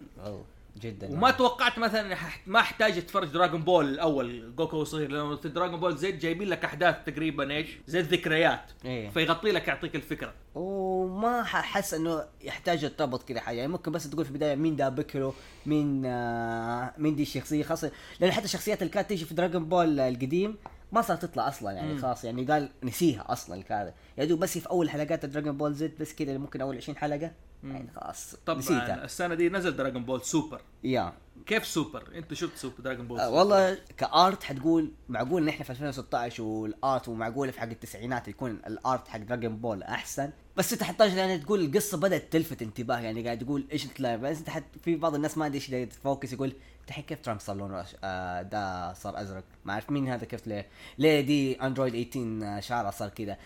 Speaker 4: جدا
Speaker 1: وما توقعت مثلا حح- ما احتاج اتفرج دراغون بول الاول جوكو صغير لانه في دراغون بول زد جايبين لك احداث تقريبا ايش؟ زي الذكريات
Speaker 4: إيه.
Speaker 1: فيغطي لك يعطيك الفكره
Speaker 4: وما ححس انه يحتاج يرتبط كذا حاجه يعني ممكن بس تقول في البدايه مين ده بكرو مين آه مين دي الشخصيه خاصه لان حتى الشخصيات اللي كانت تيجي في دراجون بول القديم ما صارت تطلع اصلا يعني خلاص يعني قال نسيها اصلا كذا يا دوب بس في اول حلقات دراجون بول زد بس كذا ممكن اول 20 حلقه يعني خلاص
Speaker 1: طبعا
Speaker 4: نسيتها
Speaker 1: السنه دي نزل دراغون بول سوبر
Speaker 4: يا
Speaker 1: كيف سوبر؟ انت شفت سوبر دراغون بول
Speaker 4: آه،
Speaker 1: سوبر.
Speaker 4: والله كارت حتقول معقول ان احنا في 2016 والارت ومعقول في حق التسعينات يكون الارت حق دراجون بول احسن بس انت حتلاقي يعني تقول القصه بدات تلفت انتباه يعني قاعد تقول ايش تلاقي بس انت حت في بعض الناس ما ادري ايش داير تفوكس يقول انت الحين كيف ترامب صار لونه أش- آه ده صار ازرق ما اعرف مين هذا كيف ليه ليه دي اندرويد 18 شعره صار كذا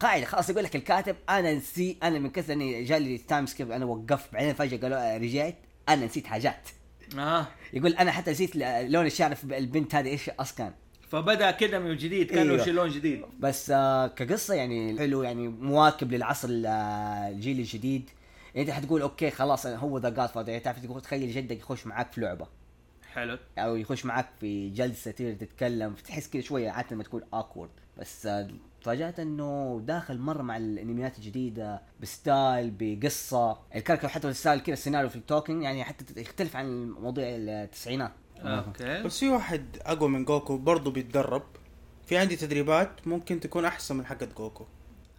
Speaker 4: قاعد خلاص يقول لك الكاتب انا نسي انا من كثر اني جالي تايم سكيب انا وقفت بعدين فجاه قالوا آه، رجعت انا نسيت حاجات
Speaker 1: اه
Speaker 4: يقول انا حتى نسيت ل- لون الشعر في البنت هذه ايش اصلا
Speaker 1: فبدا كده من جديد كانه
Speaker 3: أيوة.
Speaker 4: أيوه.
Speaker 1: أيوه. لون جديد
Speaker 4: بس آه كقصه يعني حلو يعني مواكب للعصر ال- آه، الجيل الجديد يعني انت حتقول اوكي خلاص أنا هو ذا جاد فاذر يعني تعرف تقول تخيل جدك يخش معاك في لعبه
Speaker 1: حلو
Speaker 4: او يخش معاك في جلسه تصير تتكلم تحس كذا شويه عاده لما تكون اكورد بس آه، فاجأت انه داخل مره مع الانميات الجديده بستايل بقصه الكاركتر حتى الستايل كذا السيناريو في التوكن يعني حتى يختلف عن مواضيع التسعينات
Speaker 3: آه.
Speaker 1: اوكي
Speaker 3: بس في واحد اقوى من جوكو برضه بيتدرب في عندي تدريبات ممكن تكون احسن من حقت جوكو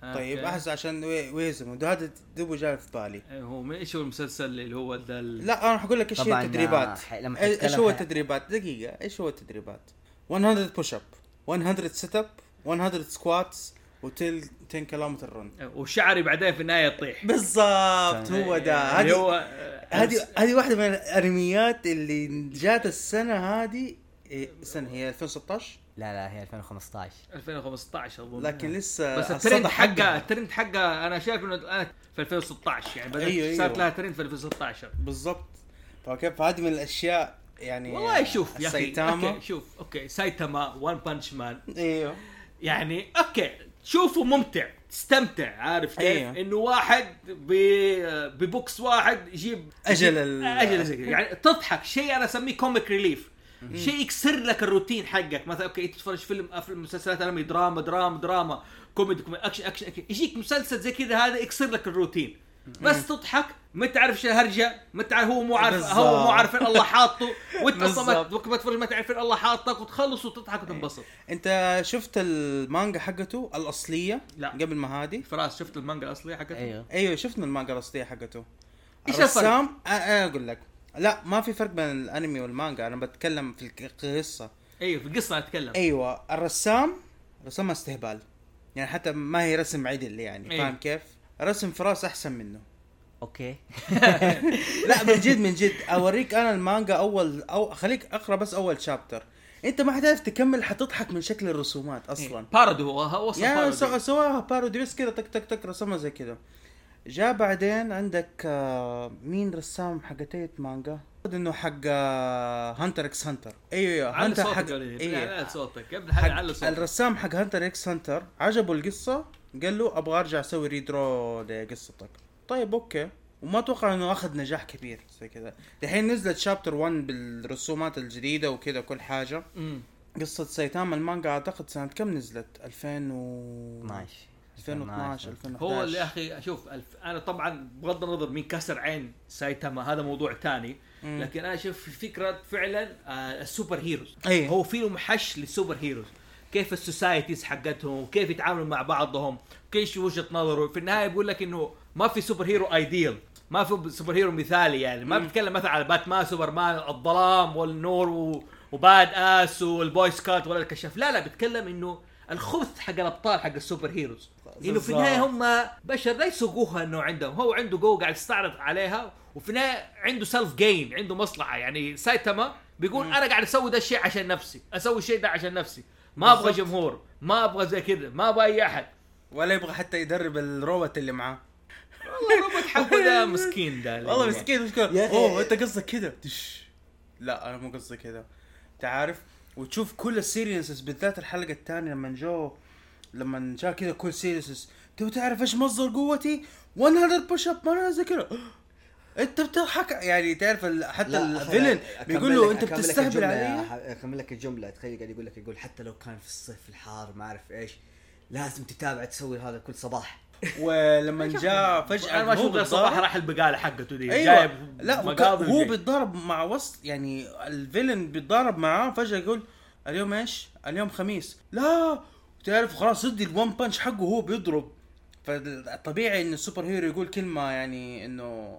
Speaker 3: طيب
Speaker 1: أوكي.
Speaker 3: احسن عشان وي- ويهزموا ده هذا دوبه جاي في بالي
Speaker 1: إيه، هو من- ايش هو المسلسل اللي هو ذا ال-
Speaker 3: لا انا حقول لك ايش
Speaker 4: طبعاً،
Speaker 3: هي التدريبات
Speaker 4: آه، ح- لما حتتكلم
Speaker 3: ايش هو
Speaker 4: ح-
Speaker 3: التدريبات دقيقه ايش هو التدريبات 100 بوش اب 100 سيت اب 100 سكواتس وتل 10 كيلومتر رن
Speaker 1: وشعري بعدين في النهايه يطيح إيه،
Speaker 3: بالضبط هو ده
Speaker 1: اللي يعني
Speaker 3: هذه
Speaker 1: هو
Speaker 3: هذه هذه واحده من الانميات اللي جات السنه هذه إيه، السنه هي 2016
Speaker 4: لا لا هي 2015
Speaker 1: 2015 اظن
Speaker 3: لكن لسه
Speaker 1: بس
Speaker 3: الصدى
Speaker 1: الترند حقه الترند حقه انا شايف انه الان في 2016 يعني بدات
Speaker 3: أيوه، أيوه.
Speaker 1: صارت لها ترند في 2016
Speaker 3: بالضبط فكيف هذه من الاشياء يعني
Speaker 1: والله شوف يا اخي
Speaker 3: سايتاما
Speaker 1: اوكي شوف اوكي سايتاما وان بانش مان
Speaker 3: ايوه
Speaker 1: يعني اوكي شوفه ممتع تستمتع عارف كيف؟
Speaker 3: أيوه.
Speaker 1: انه واحد ب- ببوكس واحد يجيب
Speaker 3: أجل ال-
Speaker 1: اجل زي كده. يعني تضحك شيء انا اسميه كوميك ريليف شيء يكسر لك الروتين حقك مثلا اوكي تتفرج فيلم افلام مسلسلات انمي دراما دراما دراما كوميدي كوميدي اكشن اكشن أكشن. يجيك مسلسل زي كذا هذا يكسر لك الروتين بس تضحك ما تعرف ايش الهرجه ما تعرف هو مو عارف هو مو
Speaker 3: بالظبط.
Speaker 1: عارف فين الله
Speaker 3: [laughs]
Speaker 1: حاطه وانت اصلا
Speaker 3: بالظبط.
Speaker 1: وقت ما تتفرج ما تعرف فين الله حاطك وتخلص وتضحك وتنبسط
Speaker 3: انت شفت المانجا حقته الاصليه
Speaker 1: لا.
Speaker 3: قبل ما هذه
Speaker 1: فراس شفت المانجا الاصليه حقتها؟
Speaker 6: أيوه.
Speaker 3: ايوه شفت من المانجا الاصليه حقته
Speaker 1: إيش
Speaker 3: الرسام أ- انا اقول لك لا ما في فرق بين الانمي والمانجا انا بتكلم في الك- القصه
Speaker 1: ايوه في القصه اتكلم
Speaker 3: ايوه الرسام رسمها استهبال يعني حتى ما هي رسم عدل يعني
Speaker 1: أيوة.
Speaker 3: أيوة. فاهم كيف رسم فراس احسن منه
Speaker 4: اوكي
Speaker 3: أيوه. لا من جد من جد اوريك انا المانجا اول او خليك اقرا بس اول شابتر انت ما حتعرف تكمل حتضحك من شكل الرسومات اصلا
Speaker 1: إيه. بارد هو هو وصل
Speaker 3: يا
Speaker 1: بارد
Speaker 3: سو- سواها بارودي بس كذا تك تك تك رسمها زي كذا جاء بعدين عندك آه، مين رسام حقتي مانجا؟ أعتقد انه حق آه، هانتر اكس هانتر ايوه ايوه
Speaker 1: على
Speaker 3: هانتر
Speaker 1: صوتك حق...
Speaker 3: حق أيوة.
Speaker 1: على صوتك قبل
Speaker 3: حق
Speaker 1: حاجه على صوتك
Speaker 3: الرسام حق هانتر اكس هانتر عجبه القصه قال له ابغى ارجع اسوي ريدرو لقصتك طيب اوكي وما اتوقع انه اخذ نجاح كبير زي كذا الحين نزلت شابتر 1 بالرسومات الجديده وكذا كل حاجه
Speaker 1: أمم.
Speaker 3: قصة سايتاما المانجا اعتقد سنة كم نزلت؟ 2000 و
Speaker 4: 12
Speaker 3: 2012 2011
Speaker 1: هو اللي يا اخي اشوف الف... انا طبعا بغض النظر مين كسر عين سايتاما هذا موضوع تاني
Speaker 3: مم.
Speaker 1: لكن انا اشوف في فكره فعلا آه السوبر هيروز
Speaker 3: أي.
Speaker 1: هو فيهم حش للسوبر هيروز كيف السوسايتيز حقتهم وكيف يتعاملوا مع بعضهم كيف وجهه نظره في النهايه بيقول لك انه ما في سوبر هيرو ايديل ما في سوبر هيرو مثالي يعني ما بتكلم مثلا على باتمان سوبرمان الظلام والنور و... وباد اس والبوي سكات ولا الكشاف لا لا بتكلم انه الخبث حق الابطال حق السوبر هيروز انه في النهايه هم بشر لا يسوقوها انه عندهم هو عنده قوه قاعد يستعرض عليها وفي النهايه عنده سيلف جين عنده مصلحه يعني سايتاما بيقول انا قاعد اسوي ده الشيء عشان نفسي اسوي الشيء ده عشان نفسي ما ابغى جمهور ما ابغى زي كذا ما ابغى اي احد
Speaker 3: ولا يبغى حتى يدرب الروبوت اللي معاه
Speaker 1: والله [laughs] الروبوت حقه ده مسكين ده اللي
Speaker 3: والله
Speaker 1: هو.
Speaker 3: مسكين مشكلة
Speaker 4: يا أخي-
Speaker 3: اوه انت قصدك كذا تش. لا انا مو قصدي كذا انت عارف وتشوف كل السيريسز بالذات الحلقة الثانية لما جو لما جاء كذا كل سيريسز تبغى تعرف ايش مصدر قوتي؟ 100 بوش اب ما انا زي كذا انت بتضحك يعني تعرف ال- حتى
Speaker 6: لا،
Speaker 3: الفيلن
Speaker 6: أخي، أكمل
Speaker 3: بيقول له
Speaker 6: لك-
Speaker 3: انت
Speaker 6: أكمل لك
Speaker 3: بتستهبل
Speaker 6: الجملة
Speaker 3: علي
Speaker 6: يا ح- اكمل لك الجمله تخيل قاعد يقول لك يقول حتى لو كان في الصيف الحار ما اعرف ايش لازم تتابع تسوي هذا كل صباح
Speaker 3: ولما جاء فجاه
Speaker 1: انا ما
Speaker 3: هو
Speaker 1: اشوف غير
Speaker 3: بالضارب-
Speaker 1: صباح راح البقاله حقته دي
Speaker 3: ايوه لا وك-
Speaker 1: مقابل
Speaker 3: هو
Speaker 1: بي.
Speaker 3: بيتضارب مع وسط يعني الفيلن بيتضارب معاه فجاه يقول اليوم ايش؟ اليوم خميس لا تعرف خلاص ادي الون بانش حقه هو بيضرب فالطبيعي ان السوبر هيرو يقول كلمه يعني انه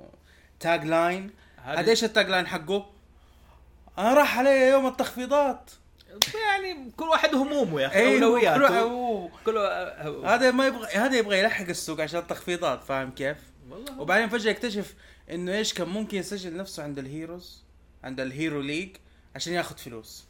Speaker 3: تاج لاين
Speaker 1: هذه-
Speaker 3: هذا ايش التاج لاين حقه؟ انا راح علي يوم التخفيضات
Speaker 1: يعني كل واحد همومه يا اخي
Speaker 3: أيوة،
Speaker 1: اولوياته
Speaker 3: روح-
Speaker 1: كله آه،
Speaker 3: هذا ما يبغى هذا يبغى يلحق السوق عشان التخفيضات فاهم كيف؟
Speaker 1: والله هو-
Speaker 3: وبعدين فجاه يكتشف انه ايش كان ممكن يسجل نفسه عند الهيروز عند الهيرو ليج عشان ياخذ فلوس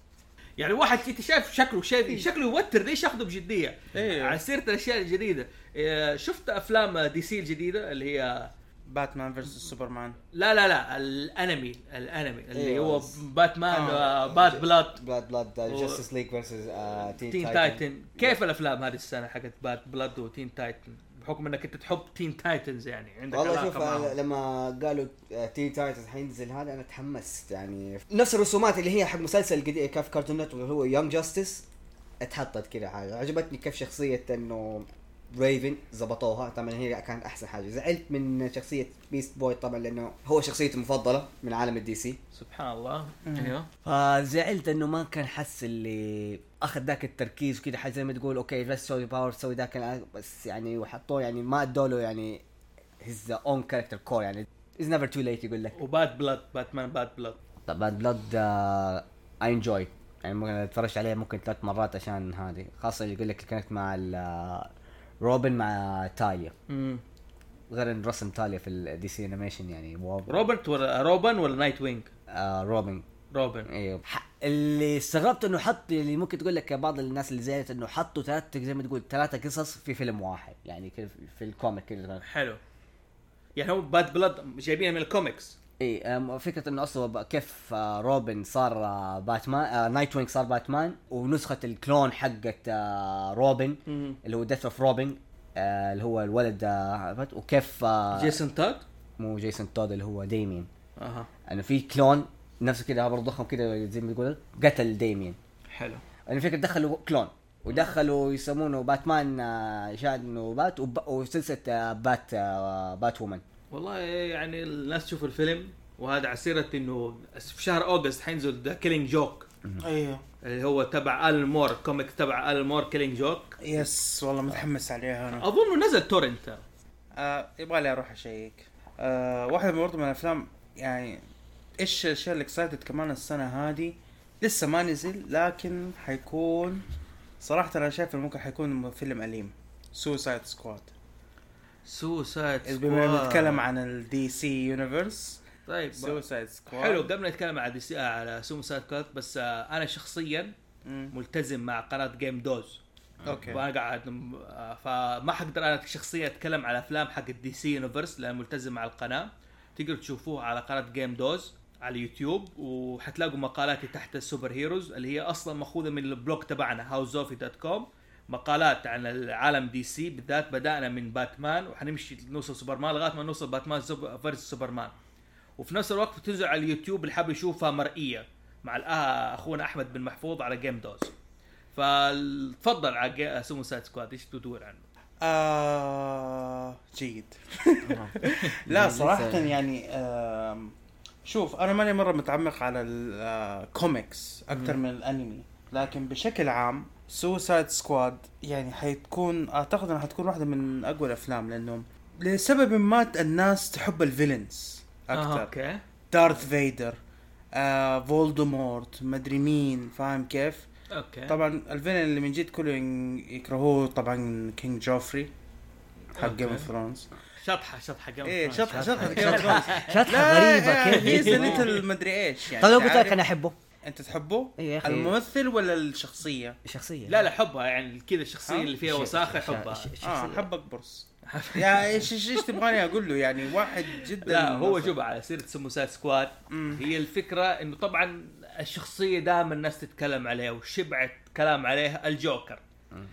Speaker 1: يعني واحد انت شايف شكله شايف شكله يوتر ليش اخذه بجديه؟
Speaker 3: إيه.
Speaker 1: على سيره الاشياء الجديده إيه، شفت افلام دي سي الجديده اللي هي
Speaker 3: باتمان فيرسس سوبرمان
Speaker 1: لا لا لا الانمي الانمي اللي
Speaker 6: إيه،
Speaker 1: هو
Speaker 6: بس.
Speaker 1: باتمان
Speaker 3: آه.
Speaker 1: آه. باد بلاد
Speaker 6: بلاد بلاد
Speaker 1: و-
Speaker 6: جاستس ليج فيرسز
Speaker 4: آه،
Speaker 1: تين تايتن كيف الافلام هذه السنه حقت باد بلاد وتين تايتن بحكم انك انت تحب تين تايتنز يعني عندك
Speaker 6: والله شوف
Speaker 1: علاقه
Speaker 4: آه،
Speaker 6: أنا
Speaker 1: معهم
Speaker 6: لما قالوا آه، تين تايتنز حينزل هذا انا تحمست يعني نفس الرسومات اللي هي حق مسلسل قديم كان في كارتون نتورك اللي هو يونج جاستس اتحطت كذا حاجه عجبتني كيف شخصيه انه ريفن زبطوها طبعا هي كانت احسن حاجه زعلت من شخصيه بيست بوي طبعا لانه هو شخصيتي المفضله من عالم الدي سي
Speaker 1: سبحان الله
Speaker 3: مم.
Speaker 1: ايوه
Speaker 4: فزعلت انه ما كان حس اللي اخذ ذاك التركيز وكذا حاجه زي ما تقول اوكي بس سوي باور سوي ذاك الآن، بس يعني وحطوه يعني ما ادوا له يعني هيز اون كاركتر كور يعني از نيفر تو ليت يقول لك
Speaker 1: وباد بلاد باتمان باد بلاد
Speaker 4: طبعا بلاد اي انجوي آه، يعني ممكن اتفرجت عليه ممكن ثلاث مرات عشان هذه خاصه اللي يقول لك كانت مع ال- آه، روبن مع تاليا غير ان رسم تاليا في الدي سي انيميشن يعني واو
Speaker 1: روبرت ولا روبن ولا نايت وينج؟
Speaker 4: آه روبن
Speaker 1: روبن
Speaker 4: ايوه ح- اللي استغربت انه حط اللي ممكن تقول لك بعض الناس اللي زعلت انه حطوا ثلاث زي ما تقول ثلاثه قصص في فيلم واحد يعني كده في- في الكوميك كده
Speaker 1: حلو يعني هم باد بلاد جايبينها من الكوميكس
Speaker 4: اي آم، فكره انه اصلا ب- كيف آه، روبن صار آه، باتمان آه، نايت وينج صار باتمان ونسخه الكلون حقت آه، روبن اللي هو ديث اوف روبن آه، اللي هو الولد آه، وكيف آه،
Speaker 1: جيسون تاد
Speaker 4: مو جيسون تود اللي هو ديمين
Speaker 1: اها
Speaker 4: انه في كلون نفسه كده برضه ضخم كده زي ما تقول قتل ديمين
Speaker 1: حلو
Speaker 4: انا فكره يعني دخلوا كلون ودخلوا يسمونه باتمان آه، شان وبات وب- وسلسله آه، بات آه، بات وومن
Speaker 1: والله يعني الناس تشوف الفيلم وهذا على سيره انه في شهر اوغست حينزل ذا كيلينج جوك
Speaker 3: ايوه
Speaker 1: اللي هو تبع ال مور كوميك تبع ال مور كيلينج جوك
Speaker 3: يس والله متحمس عليها انا
Speaker 1: اظن نزل تورنت ترى.
Speaker 3: آه يبغى لي اروح اشيك آه واحده من برضه من الافلام يعني ايش الاشياء اللي اكسايتد كمان السنه هذه لسه ما نزل لكن حيكون صراحه انا شايف إنه ممكن حيكون فيلم اليم سوسايد سكواد
Speaker 1: سوسايد
Speaker 3: بما إنه
Speaker 1: سكواد.
Speaker 3: نتكلم عن الدي سي يونيفرس
Speaker 1: طيب
Speaker 3: سوسايد سكواد
Speaker 1: حلو قبل ما نتكلم على دي سي على سوسايد سكواد بس آه، انا شخصيا ملتزم مع قناه جيم دوز
Speaker 3: اوكي
Speaker 1: وانا قاعد م- آه، فما حقدر انا شخصيا اتكلم على افلام حق الدي سي يونيفرس لان ملتزم مع القناه تقدر تشوفوه على قناه جيم دوز على يوتيوب وحتلاقوا مقالاتي تحت السوبر هيروز اللي هي اصلا ماخوذه من البلوج تبعنا هاوزوفي دوت كوم مقالات عن العالم دي سي بالذات بدانا من باتمان وحنمشي نوصل سوبرمان لغايه ما نوصل باتمان سوبر فيرس سوبرمان وفي نفس الوقت بتنزل على اليوتيوب اللي حاب يشوفها مرئيه مع الأ- اخونا احمد بن محفوظ على جيم دوز فتفضل على سوسايد سكواد ايش تدور عنه؟
Speaker 3: آه جيد [laughs] لا صراحة يعني آم، شوف أنا ماني مرة متعمق على الكوميكس أكثر من الأنمي لكن بشكل عام سوسايد سكواد يعني حتكون أعتقد أنها حتكون واحدة من أقوى الأفلام لأنه لسبب ما الناس تحب الفيلنز
Speaker 1: آه،
Speaker 3: أكثر
Speaker 1: اوكي
Speaker 3: دارث فيدر آه فولدمورت مدري مين فاهم كيف
Speaker 1: اوكي طب
Speaker 3: طبعا الفيلن اللي من جد كله ين- يكرهوه طبعا كينج جوفري حق جيم اوف
Speaker 1: أوكي.
Speaker 3: ثرونز
Speaker 1: شطحه شطحه قبل
Speaker 3: ايه شطحه شطحه Game of
Speaker 1: [laughs]
Speaker 3: Thrones.
Speaker 4: شطحه
Speaker 3: لا
Speaker 4: غريبه
Speaker 3: هيز
Speaker 4: كيف
Speaker 3: ليتل مدري ايش يعني
Speaker 4: طيب لو قلت لك
Speaker 3: تعرف؟
Speaker 4: انا احبه
Speaker 3: انت تحبه؟
Speaker 4: إيه يا أخي.
Speaker 3: الممثل ولا آه، الشخصيه؟
Speaker 4: شخصيه
Speaker 1: لا لا حبها يعني كذا الشخصيه
Speaker 3: ها؟
Speaker 1: اللي فيها
Speaker 4: ش-
Speaker 1: وساخه
Speaker 4: ش-
Speaker 1: حبها
Speaker 4: ش-
Speaker 3: اه
Speaker 4: شخصية.
Speaker 3: حبك
Speaker 1: [laughs]
Speaker 3: برص يا ايش ايش ايش تبغاني اقول له يعني واحد جدا
Speaker 1: لا هو
Speaker 3: منظم.
Speaker 1: شوف على سيره سوسايد سكواد
Speaker 3: مم.
Speaker 1: هي الفكره انه طبعا الشخصيه دائما الناس تتكلم عليها وشبعت كلام عليها الجوكر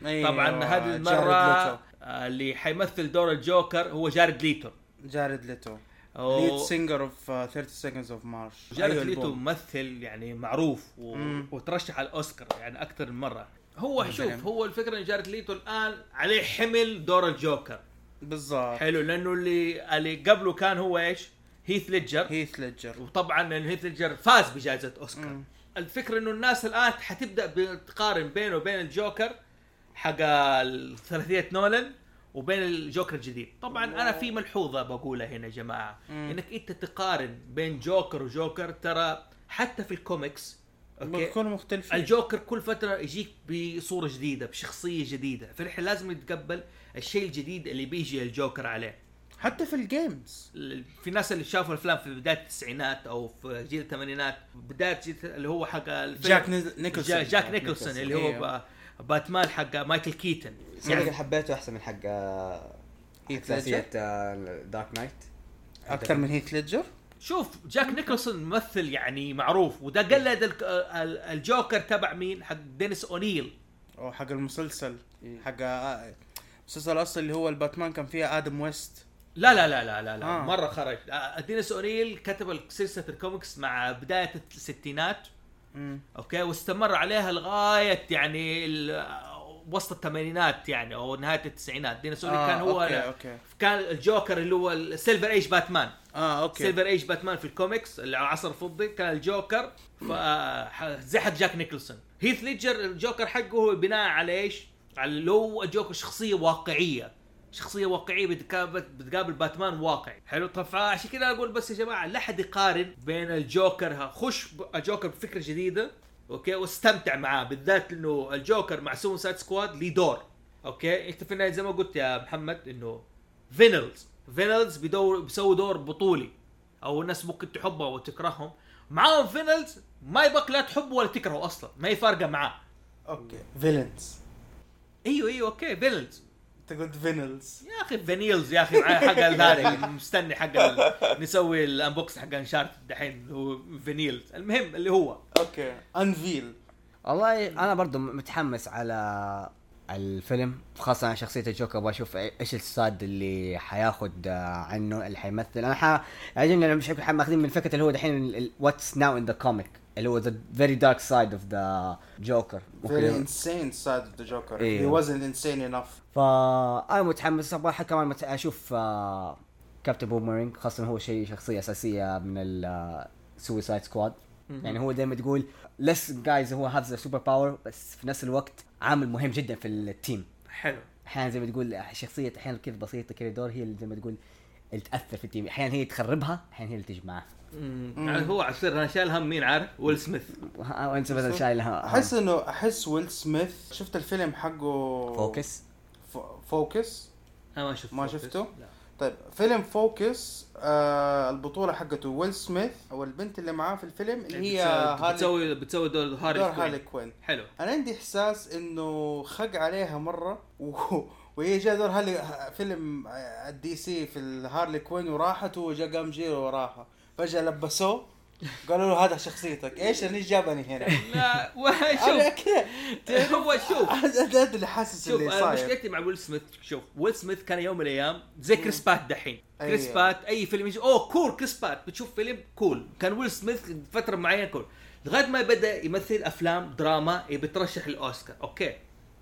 Speaker 3: أيوة،
Speaker 1: طبعا هذه
Speaker 3: جارد
Speaker 1: المره
Speaker 3: ليتو.
Speaker 1: آه، اللي حيمثل دور الجوكر هو جارد ليتو
Speaker 3: جارد ليتو ليد
Speaker 1: و-
Speaker 3: سينجر اوف 30 سكندز اوف مارش
Speaker 1: جارد ليتو ممثل يعني معروف و...
Speaker 3: مم.
Speaker 1: وترشح على الاوسكار يعني اكثر من نعم. مره هو
Speaker 3: مثلاً.
Speaker 1: شوف هو الفكره ان جارد ليتو الان عليه حمل دور الجوكر
Speaker 3: بالضبط
Speaker 1: حلو لانه اللي اللي قبله كان هو ايش؟ هيث ليدجر
Speaker 3: هيث ليدجر
Speaker 1: وطبعا هيث ليدجر فاز بجائزه اوسكار
Speaker 3: مم.
Speaker 1: الفكره انه الناس الان حتبدا بتقارن بينه وبين الجوكر حق ثلاثيه نولن وبين الجوكر الجديد طبعا انا في ملحوظه بقولها هنا يا جماعه
Speaker 3: مم.
Speaker 1: انك انت تقارن بين جوكر وجوكر ترى حتى في الكوميكس اوكي
Speaker 3: بيكونوا مختلفين
Speaker 1: الجوكر كل فتره يجيك بصوره جديده بشخصيه جديده فنحن لازم نتقبل الشيء الجديد اللي بيجي الجوكر عليه
Speaker 3: حتى في الجيمز
Speaker 1: في ناس اللي شافوا الافلام في بدايه التسعينات او في جيل الثمانينات بدايه جيل اللي هو حق الفيلم
Speaker 3: جاك نيز- نيكلسون
Speaker 1: جا- جاك نيكلسون اللي هو
Speaker 3: أيوه.
Speaker 1: با- باتمان حق مايكل يعني كيتن
Speaker 4: إيه.
Speaker 6: صراحه حبيته احسن من حق آه،
Speaker 3: هيث
Speaker 6: ثلاثيه
Speaker 3: ليدجر
Speaker 6: دارك نايت
Speaker 3: اكثر من هيث ليدجر
Speaker 1: شوف جاك نيكلسون ممثل يعني معروف وده قلد ال- آه، ال- الجوكر تبع مين حق دينيس اونيل
Speaker 3: او حق المسلسل
Speaker 6: إيه.
Speaker 3: حق المسلسل الاصلي اللي هو الباتمان كان فيها ادم ويست
Speaker 1: لا لا لا لا لا, لا.
Speaker 3: آه.
Speaker 1: آه. مره خرج آه، دينيس اونيل كتب سلسله الكوميكس مع بدايه الستينات
Speaker 3: مم.
Speaker 1: اوكي واستمر عليها لغايه يعني ال- وسط الثمانينات يعني او نهايه التسعينات دينيس اونيل
Speaker 3: آه،
Speaker 1: آه كان هو
Speaker 3: اوكي
Speaker 1: لا-
Speaker 3: اوكي
Speaker 1: كان الجوكر اللي هو السيلفر ايج باتمان
Speaker 3: اه اوكي
Speaker 1: سيلفر ايج باتمان في الكوميكس العصر الفضي كان الجوكر ف- زي حق جاك نيكلسون هيث ليدجر الجوكر حقه هو بناء على ايش؟ على اللي هو الجوكر شخصيه واقعيه شخصيه واقعيه بتقابل بتقابل باتمان واقعي حلو طب فعشان كذا اقول بس يا جماعه لا حد يقارن بين الجوكر ها- خش ب- الجوكر بفكره جديده اوكي واستمتع معاه بالذات انه الجوكر مع سوسايد سكواد ليه دور اوكي انت في النهايه زي ما قلت يا محمد انه فينلز فينلز بيدور بيسوي دور بطولي او الناس ممكن تحبه وتكرههم معاهم فينلز ما يبقى لا تحبه ولا تكرهه اصلا ما هي فارقه معاه
Speaker 3: اوكي فيلنز
Speaker 1: ايوه ايوه اوكي فينلز
Speaker 3: انت قلت فينلز
Speaker 1: يا اخي فانيلز يا اخي معايا حق هذا مستني حق ال- نسوي الانبوكس حق انشارت دحين اللي هو فانيلز المهم اللي هو
Speaker 3: اوكي انفيل
Speaker 4: والله انا برضو متحمس على الفيلم خاصة انا شخصية الجوكر ابغى اشوف ايش الساد اللي حياخد آه، عنه اللي حيمثل انا ح... عاجبني انا مش حيكون ماخذين من فكرة اللي هو دحين واتس ناو ان ذا كوميك اللي هو ذا فيري دارك سايد اوف ذا جوكر
Speaker 3: فيري انسين سايد اوف ذا جوكر
Speaker 4: إيه.
Speaker 3: هي وزنت انسين انف
Speaker 4: فانا متحمس ابغى ح- كمان مت... اشوف آه، كابتن بومرينج خاصة إنه هو شيء شخصية اساسية من السويسايد سكواد يعني هو دايما تقول لس جايز هو هاف ذا سوبر باور بس في نفس الوقت عامل مهم جدا في التيم
Speaker 1: حلو
Speaker 4: احيانا زي ما تقول شخصيه احيانا كذا بسيطه كذا دور هي اللي زي ما تقول اللي تاثر في التيم احيانا هي تخربها احيانا هي اللي تجمعها
Speaker 1: مم. يعني هو عصير انا شايل هم مين عارف ويل سميث
Speaker 4: وه- وانت مثلا شايلها
Speaker 3: احس انه احس ويل سميث شفت الفيلم حقه
Speaker 4: فوكس
Speaker 3: ف- فوكس
Speaker 1: انا ما شفت
Speaker 3: ما
Speaker 1: فوكس.
Speaker 3: شفته؟
Speaker 1: لا
Speaker 3: طيب فيلم فوكس آه البطولة حقته ويل سميث او البنت اللي معاه في الفيلم اللي هي
Speaker 1: بتسوي-
Speaker 3: هارلي
Speaker 1: إيه، بتسوي بتسوي دور هاري
Speaker 3: دور
Speaker 1: كوين.
Speaker 3: هارلي كوين
Speaker 1: حلو
Speaker 3: انا عندي احساس انه خق عليها مرة [laughs] و... وهي جاء دور هارلي فيلم آه، الدي سي في الهارلي كوين وراحت وجا قام جيرو وراها فجأة لبسوه قالوا له هذا شخصيتك ايش اللي جابني
Speaker 1: [laughs]
Speaker 3: هنا؟
Speaker 1: لا
Speaker 3: انا [laughs]
Speaker 1: وشوف
Speaker 3: كده
Speaker 1: هو شوف
Speaker 3: هذا هذا اللي حاسس
Speaker 1: شوف آه،
Speaker 3: اللي
Speaker 1: انا
Speaker 3: صاير
Speaker 1: مشكلتي مع ويل سميث شوف ويل سميث كان يوم من الايام زي كريس بات دحين كريس
Speaker 3: أيوه.
Speaker 1: بات اي فيلم يجي اوه كول كريس بات بتشوف فيلم كول كان ويل سميث فتره معينه كول لغايه ما بدا يمثل افلام دراما إيه، بترشح الاوسكار اوكي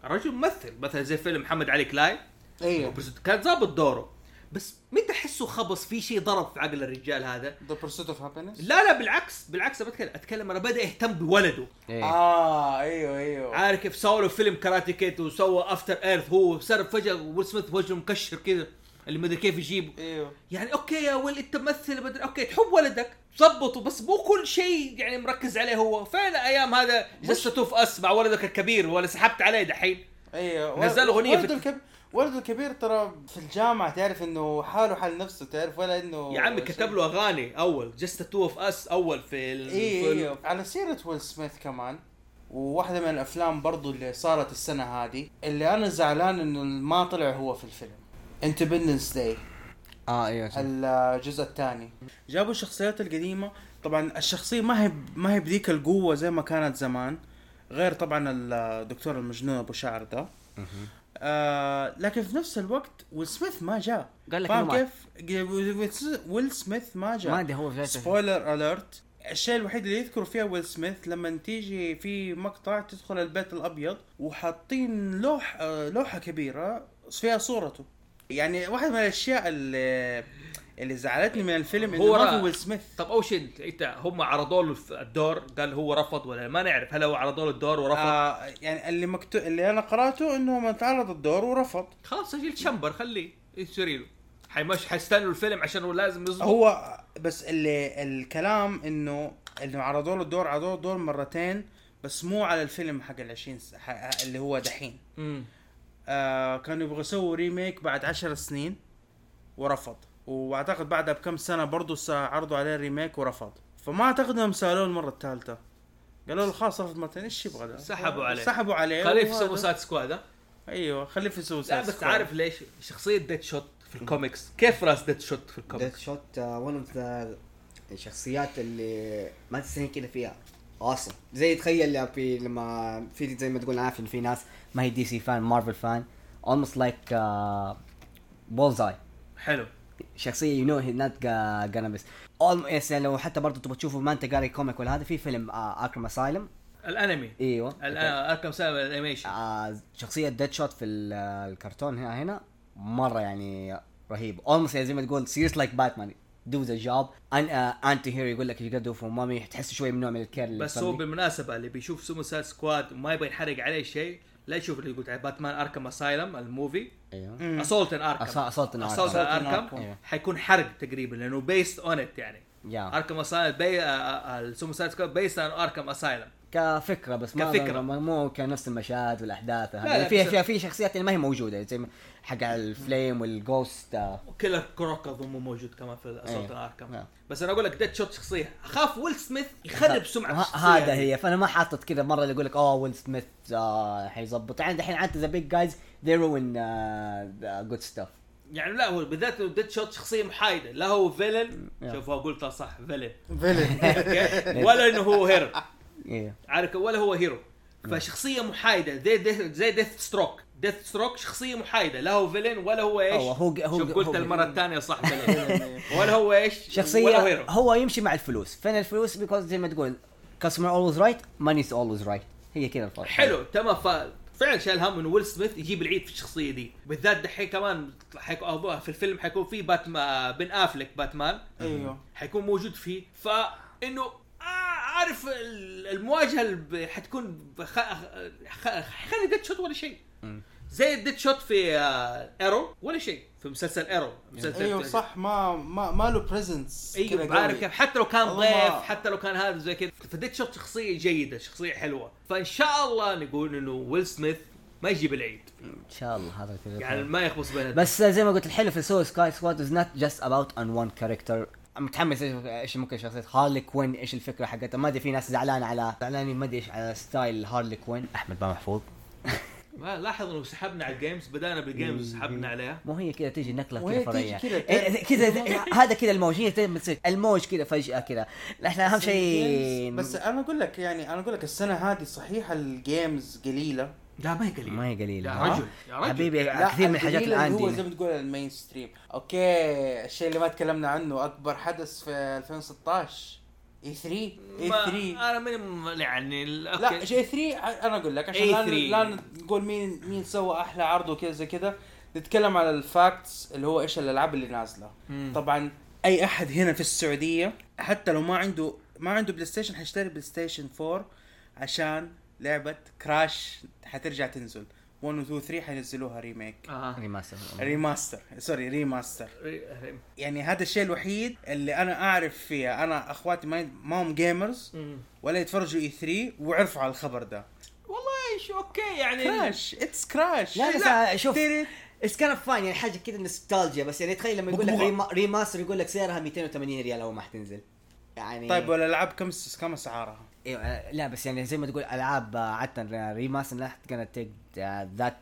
Speaker 1: الرجل ممثل مثلا زي فيلم محمد علي كلاي
Speaker 3: ايوه
Speaker 1: كان ظابط دوره بس متى احسه خبص في شيء ضرب في عقل الرجال هذا
Speaker 3: ذا بيرسوت اوف هابينس
Speaker 1: لا لا بالعكس بالعكس أنا بتكلم اتكلم انا بدا يهتم بولده
Speaker 4: إيه.
Speaker 3: اه ايوه ايوه
Speaker 1: عارف كيف سووا له فيلم كاراتي كيت وسوى افتر ايرث هو صار فجاه ويل سميث وجهه مكشر كذا اللي مدري كيف يجيبه
Speaker 3: ايوه
Speaker 1: يعني اوكي يا ويل انت ممثل مدري اوكي تحب ولدك ظبطه بس مو كل شيء يعني مركز عليه هو فين ايام هذا جلست اوف اس مع ولدك الكبير ولا سحبت عليه دحين
Speaker 3: ايوه
Speaker 1: نزل أغنية
Speaker 3: ولده
Speaker 1: في-
Speaker 3: الكب... ولده الكبير ترى في الجامعه تعرف انه حاله حال نفسه تعرف ولا انه
Speaker 1: يا عمي كتب له اغاني اول جلست تو اوف اس اول في ال...
Speaker 3: ايوه
Speaker 1: في ال-
Speaker 3: ايوه على سيره ويل سميث كمان وواحده من الافلام برضو اللي صارت السنه هذه اللي انا زعلان انه ما طلع هو في الفيلم اندبندنس داي
Speaker 4: اه ايوه صح.
Speaker 3: الجزء الثاني جابوا الشخصيات القديمه طبعا الشخصيه ما هي ما هي بذيك القوه زي ما كانت زمان غير طبعا الدكتور المجنون ابو شعر ده آه لكن في نفس الوقت ويل سميث ما جاء
Speaker 4: قال لك
Speaker 3: فاهم
Speaker 4: إنه
Speaker 3: كيف؟ ج- ويل سميث ما جاء
Speaker 4: ما ادري هو في بداية-
Speaker 3: سبويلر اليرت الشيء الوحيد اللي يذكروا فيها ويل سميث لما تيجي في مقطع تدخل البيت الابيض وحاطين لوح آه، لوحه كبيره فيها صورته يعني واحد من الاشياء اللي اللي زعلتني من الفيلم انه
Speaker 1: هو
Speaker 3: ما
Speaker 1: را-
Speaker 3: في ويل سميث
Speaker 1: طب اول شيء انت هم عرضوا له الدور قال هو رفض ولا ما نعرف هل هو عرضوا له الدور ورفض
Speaker 3: آه يعني اللي مكتوب اللي انا قراته انه ما تعرض الدور ورفض
Speaker 1: خلاص سجل شمبر خليه يشتري له حيمش حيستنوا الفيلم عشان هو لازم يظبط
Speaker 3: هو بس اللي الكلام انه انه عرضوا له الدور عرضوا له الدور مرتين بس مو على الفيلم حق ال 20 س- ح- اللي هو دحين
Speaker 1: مم.
Speaker 3: آه كانوا يبغوا يسووا ريميك بعد عشر سنين ورفض واعتقد بعدها بكم سنه برضه عرضوا عليه ريميك ورفض فما اعتقد انهم سالوه المره الثالثه قالوا له خلاص رفض مرتين ايش يبغى ده؟
Speaker 1: سحبوا عليه.
Speaker 3: سحبوا عليه
Speaker 1: خليه في
Speaker 3: وهذا-
Speaker 1: سوسات سكواد ها
Speaker 3: ايوه خليه في
Speaker 1: لا
Speaker 3: سوسايد
Speaker 1: بس عارف ليش شخصيه ديد شوت في الكوميكس كيف راس ديد شوت في
Speaker 6: ديث
Speaker 1: الكوميكس
Speaker 6: شوت
Speaker 4: آه،
Speaker 6: ون اوف ذا الشخصيات اللي ما تستهين كذا فيها اصلا زي تخيل في لما في زي ما تقول عارف إن في ناس
Speaker 4: ما هي دي سي فان مارفل فان almost like uh, bullseye
Speaker 1: حلو
Speaker 4: شخصيه يو نو هي نوت gonna miss Alm- يعني لو حتى برضه تبغى تشوفه ما انت قاري كوميك ولا هذا في فيلم آه، اكرم اسايلم
Speaker 1: الانمي
Speaker 4: ايوه
Speaker 1: الان اركم سالم الانيميشن
Speaker 4: آه، شخصيه ديد شوت في ال- الكرتون هنا هنا مره يعني رهيب اولموست زي ما تقول سيريس لايك باتمان دو ذا جوب ان انتي هيرو آه، يقول لك ايش قد هو مامي تحس شوي من نوع من الكير اللي
Speaker 1: بس
Speaker 4: يصير
Speaker 1: هو
Speaker 4: لي.
Speaker 1: بالمناسبه اللي بيشوف سوسايد سكواد وما يبغى ينحرق عليه شيء لا يشوف اللي قلت عليه باتمان اركم اسايلم الموفي
Speaker 4: ايوه
Speaker 3: مم.
Speaker 1: اسولت ان اركم
Speaker 4: اصوت
Speaker 1: اسولت
Speaker 3: Assault
Speaker 1: ان
Speaker 3: on
Speaker 1: اركم
Speaker 4: Arkham.
Speaker 1: حيكون حرق تقريبا لانه بيست اون ات يعني
Speaker 4: يا
Speaker 1: اركم اسايلم بي آه، السوسايد سكواد بيست ان اركم اسايلم
Speaker 4: كفكره بس ما
Speaker 1: كفكرة.
Speaker 4: ما- مو كنفس المشاهد يعني والاحداث
Speaker 1: لا،
Speaker 4: هذا
Speaker 1: لا،
Speaker 4: في
Speaker 1: بس-
Speaker 4: في في شخصيات اللي ما هي موجوده زي ما- حق الفليم والجوست آه،
Speaker 1: وكيلر كروك اظن موجود كمان في اسولت ان
Speaker 4: إيه.
Speaker 1: اركم
Speaker 4: نعم.
Speaker 1: بس انا اقول لك ديد شوت شخصيه اخاف ويل سميث يخرب سمعه
Speaker 4: ه-
Speaker 1: الشخصية يعني.
Speaker 4: هذا
Speaker 1: هذه.
Speaker 4: هي فانا ما حاطط كذا مره اللي يقول لك اوه ويل سميث آه، حيظبط يعني دحين عاد ذا بيج جايز ذي روين آه، جود ستاف
Speaker 1: يعني لا هو بالذات ديد شوت شخصيه محايده لا هو فيلن
Speaker 4: Yeah.
Speaker 1: شوف هو قلتها صح فيلن
Speaker 4: [laughs]
Speaker 3: فيلن
Speaker 1: [laughs] ولا انه هو هيرو
Speaker 4: ايه
Speaker 1: عارف ولا هو هيرو
Speaker 4: نعم.
Speaker 1: فشخصيه محايده زي ديث زي ديث ستروك ديث ستروك شخصيه محايده لا هو فيلن ولا هو ايش
Speaker 4: هو- هو- هو-
Speaker 1: شوف قلت
Speaker 4: هو-
Speaker 1: المره الثانيه
Speaker 4: [laughs]
Speaker 1: صح فيلن. ولا هو ايش ولا هو
Speaker 4: شخصيه
Speaker 1: هيرو
Speaker 4: هو يمشي مع الفلوس فين الفلوس بيكوز زي ما تقول كاستمر اولويز رايت ماني اولويز رايت هي كذا الفرق
Speaker 1: حلو تمام ف فعلا شال هم انه ويل سميث يجيب العيد في الشخصيه دي بالذات دحين كمان حيكون أو في الفيلم حيكون في باتما بن افلك باتمان [laughs]
Speaker 3: ايوه
Speaker 1: حيكون موجود فيه فانه آه، عارف ال- المواجهه اللي حتكون بخ... خ- خلي ديد شوت ولا شيء زي الديد شوت في ايرو ولا شيء في مسلسل
Speaker 4: يعني
Speaker 1: ايرو مسلسل
Speaker 3: ايوه صح ما ما ما له بريزنس
Speaker 1: ايوه عارف كيف حتى لو كان
Speaker 3: والله
Speaker 1: ضيف
Speaker 3: ما-
Speaker 1: حتى لو كان هذا زي كذا فديت شوت شخصيه جيده شخصيه حلوه فان شاء الله نقول انه ويل سميث ما يجيب العيد
Speaker 4: ان شاء الله هذا كذا
Speaker 1: يعني
Speaker 4: الفرق.
Speaker 1: ما يخبص بين
Speaker 4: بس زي ما قلت الحلو في سو سكاي سكواد از نوت جاست اباوت اون وان كاركتر متحمس إيش- ايش ممكن شخصيه هارلي كوين ايش الفكره حقتها ما ادري في ناس زعلانه على زعلانين ما ادري ايش على ستايل هارلي كوين احمد بن محفوظ
Speaker 1: ما لاحظ انه سحبنا على الجيمز بدانا بالجيمز سحبنا عليها
Speaker 4: مو هي كذا تيجي نقله
Speaker 3: وهي
Speaker 4: كذا فرعيه
Speaker 3: تيجي كده
Speaker 4: إيه، كذا هذا كذا الموج هي زي ما تصير الموج كذا فجاه كذا احنا اهم شيء
Speaker 3: بس انا اقول لك يعني انا اقول لك السنه هذه صحيح الجيمز قليله
Speaker 1: لا ما هي قليله
Speaker 4: ما هي قليله
Speaker 1: يا
Speaker 4: ها؟
Speaker 1: رجل يا رجل
Speaker 4: حبيبي
Speaker 3: لا،
Speaker 4: كثير من الحاجات
Speaker 3: القليلة
Speaker 4: الان
Speaker 3: اللي هو زي
Speaker 4: دي
Speaker 3: ما تقول المين ستريم اوكي الشيء اللي ما تكلمنا عنه اكبر حدث في 2016 اي 3 اي
Speaker 1: ما
Speaker 3: 3
Speaker 1: انا من م- يعني ال-
Speaker 3: لا
Speaker 1: اوكي
Speaker 3: اي 3 انا اقول لك عشان لا
Speaker 1: E3.
Speaker 3: لا نقول مين مين سوى احلى عرض وكذا زي كذا نتكلم على الفاكتس اللي هو ايش الالعاب اللي نازله
Speaker 1: مم.
Speaker 3: طبعا اي احد هنا في السعوديه حتى لو ما عنده ما عنده بلاي ستيشن حيشتري بلاي ستيشن 4 عشان لعبه كراش حترجع تنزل 1 و 2 3 حينزلوها ريميك
Speaker 1: آه.
Speaker 4: ريماستر
Speaker 3: ريماستر سوري ريماستر
Speaker 1: ري-
Speaker 3: يعني هذا الشيء الوحيد اللي انا اعرف فيه انا اخواتي ما ما هم جيمرز
Speaker 1: مم.
Speaker 3: ولا يتفرجوا اي 3 وعرفوا على الخبر ده
Speaker 1: والله ايش اوكي يعني
Speaker 3: كراش اتس كراش
Speaker 4: لا بس شوف
Speaker 3: تيري.
Speaker 4: اتس كان فاين يعني حاجه كذا نوستالجيا بس يعني تخيل لما يقول لك
Speaker 3: بقبقة.
Speaker 4: ريما- ريماستر يقول لك سعرها 280 ريال اول ما حتنزل
Speaker 1: إيه.
Speaker 4: يعني
Speaker 3: طيب والالعاب كم س- كم اسعارها؟
Speaker 4: إيوه، لا بس يعني زي ما تقول العاب آه، عاده ريماستر آه، لا كانت تيك ذات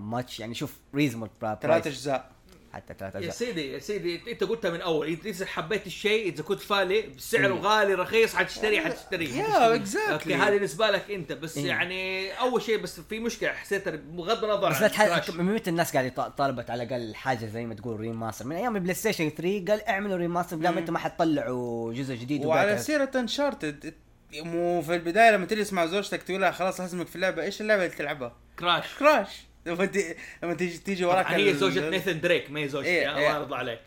Speaker 4: ماتش آه، يعني شوف ريزمبل
Speaker 1: طيب.
Speaker 3: ثلاث اجزاء
Speaker 4: حتى ثلاث
Speaker 1: يا
Speaker 4: اجزاء
Speaker 1: سيدي يا سيدي انت قلتها من اول اذا حبيت الشيء اذا كنت فالي بسعره غالي رخيص حتشتري حتشتري
Speaker 3: يا اكزاكتلي
Speaker 1: اوكي هذه بالنسبه لك انت بس
Speaker 4: إيه.
Speaker 1: يعني اول شيء بس في مشكله حسيت بغض النظر
Speaker 4: بس
Speaker 1: عن
Speaker 4: لا تح-
Speaker 1: الكراش.
Speaker 4: من متى الناس قاعده يط- طالبت على الاقل حاجه زي ما تقول ريماستر من ايام البلاي ستيشن 3 قال اعملوا ريماستر دام انتم ما حتطلعوا جزء جديد
Speaker 3: وعلى
Speaker 4: وبعدها-
Speaker 3: سيرة انشارتد مو في البداية لما تجلس مع زوجتك تقول لها خلاص لازمك في اللعبة ايش اللعبة اللي تلعبها؟
Speaker 1: كراش
Speaker 3: كراش لما تي- لما تيجي تيجي وراك
Speaker 1: طبعاً هي
Speaker 3: ال-
Speaker 1: زوجة نيثن دريك ما هي زوجتي
Speaker 3: إيه،
Speaker 1: الله
Speaker 3: إيه.
Speaker 1: يرضى عليك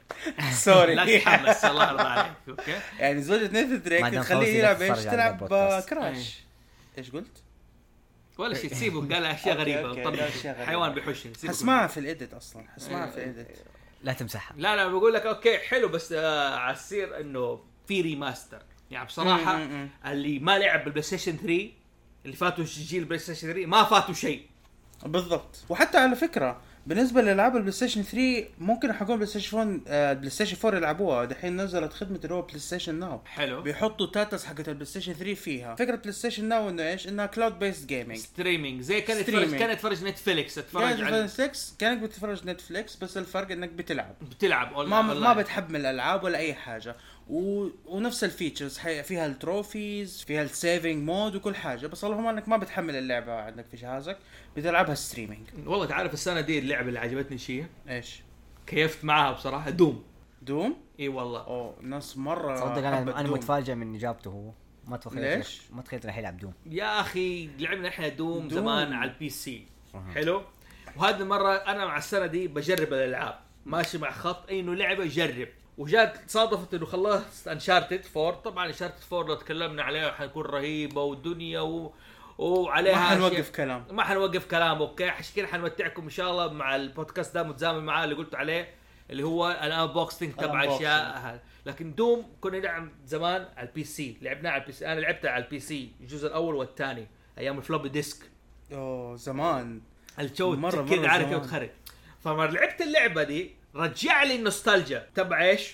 Speaker 3: سوري
Speaker 1: لا تتحمس الله يرضى عليك
Speaker 3: [laughs]
Speaker 1: اوكي
Speaker 3: يعني زوجة نيثن دريك
Speaker 4: مادام
Speaker 3: تخليه
Speaker 4: فوزي لا
Speaker 3: يلعب ايش
Speaker 4: تتفرج على
Speaker 3: تلعب
Speaker 4: البودكاست.
Speaker 3: كراش
Speaker 1: إيه.
Speaker 3: ايش قلت؟
Speaker 1: ولا شيء سيبه قال اشياء
Speaker 3: أوكي،
Speaker 1: غريبه
Speaker 3: أوكي،
Speaker 1: طبعاً.
Speaker 3: أشياء غريبة.
Speaker 1: حيوان بيحشني سيبه.
Speaker 3: حسمعها في الاديت اصلا حسمعها
Speaker 1: إيه.
Speaker 3: في الاديت
Speaker 4: لا تمسحها
Speaker 1: لا لا بقول لك اوكي حلو بس آه على السير انه في ريماستر يعني بصراحه
Speaker 3: مم، مم، مم.
Speaker 1: اللي ما لعب بالبلاي ستيشن 3 اللي فاتوا جيل البلاي ستيشن 3 ما فاتوا شيء
Speaker 3: بالضبط وحتى على فكره بالنسبه لالعاب البلاي ستيشن 3 ممكن حقون بلاي ستيشن 4 آه، بلاي ستيشن 4 يلعبوها دحين نزلت خدمه اللي هو بلاي ستيشن ناو
Speaker 1: حلو
Speaker 3: بيحطوا تاتس حقت البلاي ستيشن 3 فيها فكره بلاي ستيشن ناو انه ايش انها كلاود بيست جيمنج
Speaker 1: ستريمينج زي كان يتفرج
Speaker 3: ستريمينج.
Speaker 1: كان يتفرج نتفليكس
Speaker 3: كانك
Speaker 1: اتفرج على
Speaker 3: نتفلكس كانك بتتفرج نتفلكس بس الفرق انك بتلعب
Speaker 1: بتلعب أونلاين-
Speaker 3: ما ما
Speaker 1: أونلاين.
Speaker 3: بتحمل العاب ولا اي حاجه و... ونفس الفيتشرز حي... فيها التروفيز فيها السيفنج مود وكل حاجه بس اللهم انك ما بتحمل اللعبه عندك في جهازك بتلعبها ستريمينج
Speaker 1: والله تعرف السنه دي اللعبه اللي عجبتني شيء
Speaker 3: ايش
Speaker 1: كيفت معاها بصراحه دوم
Speaker 3: دوم
Speaker 1: اي والله
Speaker 3: اوه ناس مره
Speaker 4: تصدق انا
Speaker 3: حبت
Speaker 4: انا
Speaker 3: دوم.
Speaker 4: متفاجئ من اجابته هو ما تخيلت
Speaker 3: ليش؟
Speaker 4: ما تخيلت راح يلعب دوم
Speaker 1: يا اخي لعبنا احنا دوم,
Speaker 3: دوم.
Speaker 1: زمان على البي سي حلو وهذه المره انا مع السنه دي بجرب الالعاب ماشي مع خط انه لعبه جرب وجات صادفت انه خلصت انشارتد 4 طبعا انشارتد 4 لو تكلمنا عليها حنكون رهيبه ودنيا و... وعليها
Speaker 3: ما
Speaker 1: أشياء-
Speaker 3: حنوقف كلام
Speaker 1: ما حنوقف كلام اوكي عشان كذا حنمتعكم ان شاء الله مع البودكاست ده متزامن معاه اللي قلت عليه اللي هو الانبوكسنج تبع
Speaker 3: الأنبوكسينج.
Speaker 1: اشياء هذا. لكن دوم كنا نلعب زمان على البي سي لعبناه على البي سي انا لعبتها على البي سي الجزء الاول والثاني ايام الفلوبي ديسك
Speaker 3: اوه زمان
Speaker 1: الجو
Speaker 3: مرة- مرة
Speaker 1: كذا عارف
Speaker 3: زمان.
Speaker 1: كيف تخرج فلما لعبت اللعبه دي رجع لي النوستالجيا تبع ايش؟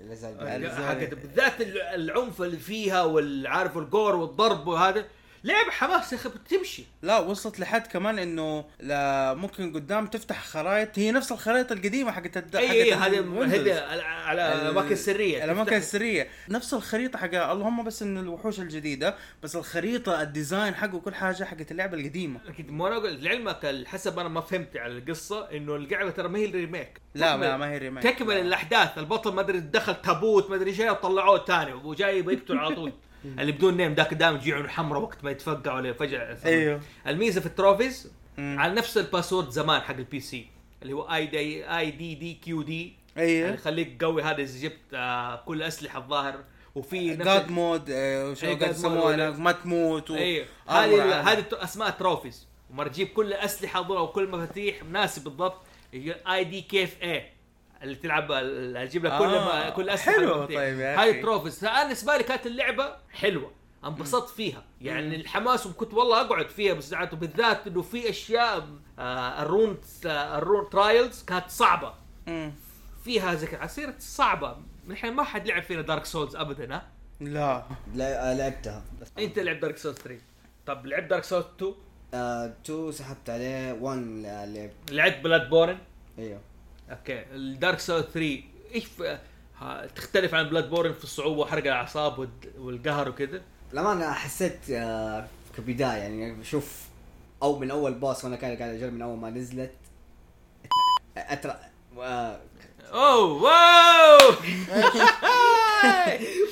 Speaker 6: اللي زال بعد.
Speaker 3: ألزام.
Speaker 1: حقت بالذات ال- العنف اللي فيها والعارف الجور والضرب وهذا لعبه حماس يا اخي بتمشي
Speaker 3: لا وصلت لحد كمان انه لا ممكن قدام تفتح خرايط هي نفس الخرائط القديمه حقت الد...
Speaker 1: اي
Speaker 3: حقت
Speaker 1: اي إيه، هذه
Speaker 3: الويندوز.
Speaker 1: هذه على- على
Speaker 3: ال-
Speaker 1: الاماكن السريه
Speaker 3: الاماكن
Speaker 1: تفتح-
Speaker 3: السريه نفس الخريطه حق اللهم بس انه الوحوش الجديده بس الخريطه الديزاين حقه كل حاجه حقت اللعبه القديمه
Speaker 1: اكيد مو انا اقول لعلمك ال- حسب انا ما فهمت على القصه انه اللعبه ترى ما هي الريميك
Speaker 3: لا
Speaker 1: تكمل-
Speaker 3: لا ما هي ريميك
Speaker 1: تكمل الاحداث البطل ما ادري دخل تابوت ما ادري شيء وطلعوه ثاني وجاي يقتل على
Speaker 3: [laughs]
Speaker 1: طول اللي بدون نيم ذاك دائما يجي عيونه حمراء وقت ما يتفقع ولا فجاه
Speaker 3: ايوه
Speaker 1: الميزه في التروفيز
Speaker 3: مم.
Speaker 1: على نفس الباسورد زمان حق البي سي اللي هو اي دي اي دي دي كيو دي اللي
Speaker 3: ايوه
Speaker 1: يخليك قوي هذا اذا جبت آه، كل الاسلحه الظاهر وفي يعني نفس
Speaker 3: جاد مود آه، وشو
Speaker 1: إيه،
Speaker 3: قاعد
Speaker 1: God mode
Speaker 3: يسموه
Speaker 1: ولا-
Speaker 3: هناك، ما تموت و- آه،
Speaker 1: ايوه
Speaker 3: أمر
Speaker 1: هذه
Speaker 3: عالم.
Speaker 1: هذه اسماء تروفيز وما تجيب كل اسلحه ضرب وكل مفاتيح مناسب بالضبط اي دي كيف اي اللي تلعب اللي تجيب لك كل
Speaker 3: آه،
Speaker 1: ما كل اسلحه
Speaker 3: حلو
Speaker 1: المفاتيح.
Speaker 3: طيب يا
Speaker 1: هذه
Speaker 3: أخي.
Speaker 1: تروفيز انا بالنسبه لي كانت اللعبه حلوه انبسطت فيها يعني الحماس وكنت والله اقعد فيها بس ساعات وبالذات انه في اشياء آه الرون آه الرون ترايلز كانت صعبه
Speaker 3: مم.
Speaker 1: فيها زي كذا عسيرة صعبه نحن ما حد لعب فينا دارك سولز ابدا ها
Speaker 3: لا
Speaker 6: لا- آه، لعبتها
Speaker 1: انت لعب دارك سولز 3 طب لعب دارك سولز 2
Speaker 6: آه، تو سحبت عليه 1 لعب
Speaker 1: لعبت بلاد بورن
Speaker 6: ايوه
Speaker 1: اوكي الدارك سول 3 ايش ف- ها- تختلف عن بلاد بورن في الصعوبه وحرق الاعصاب والد- والقهر وكذا
Speaker 6: لما انا حسيت آه، كبدايه يعني شوف او من اول باص وانا كان قاعد اجرب من اول ما نزلت اترى آه،
Speaker 1: اوه واو [laughs]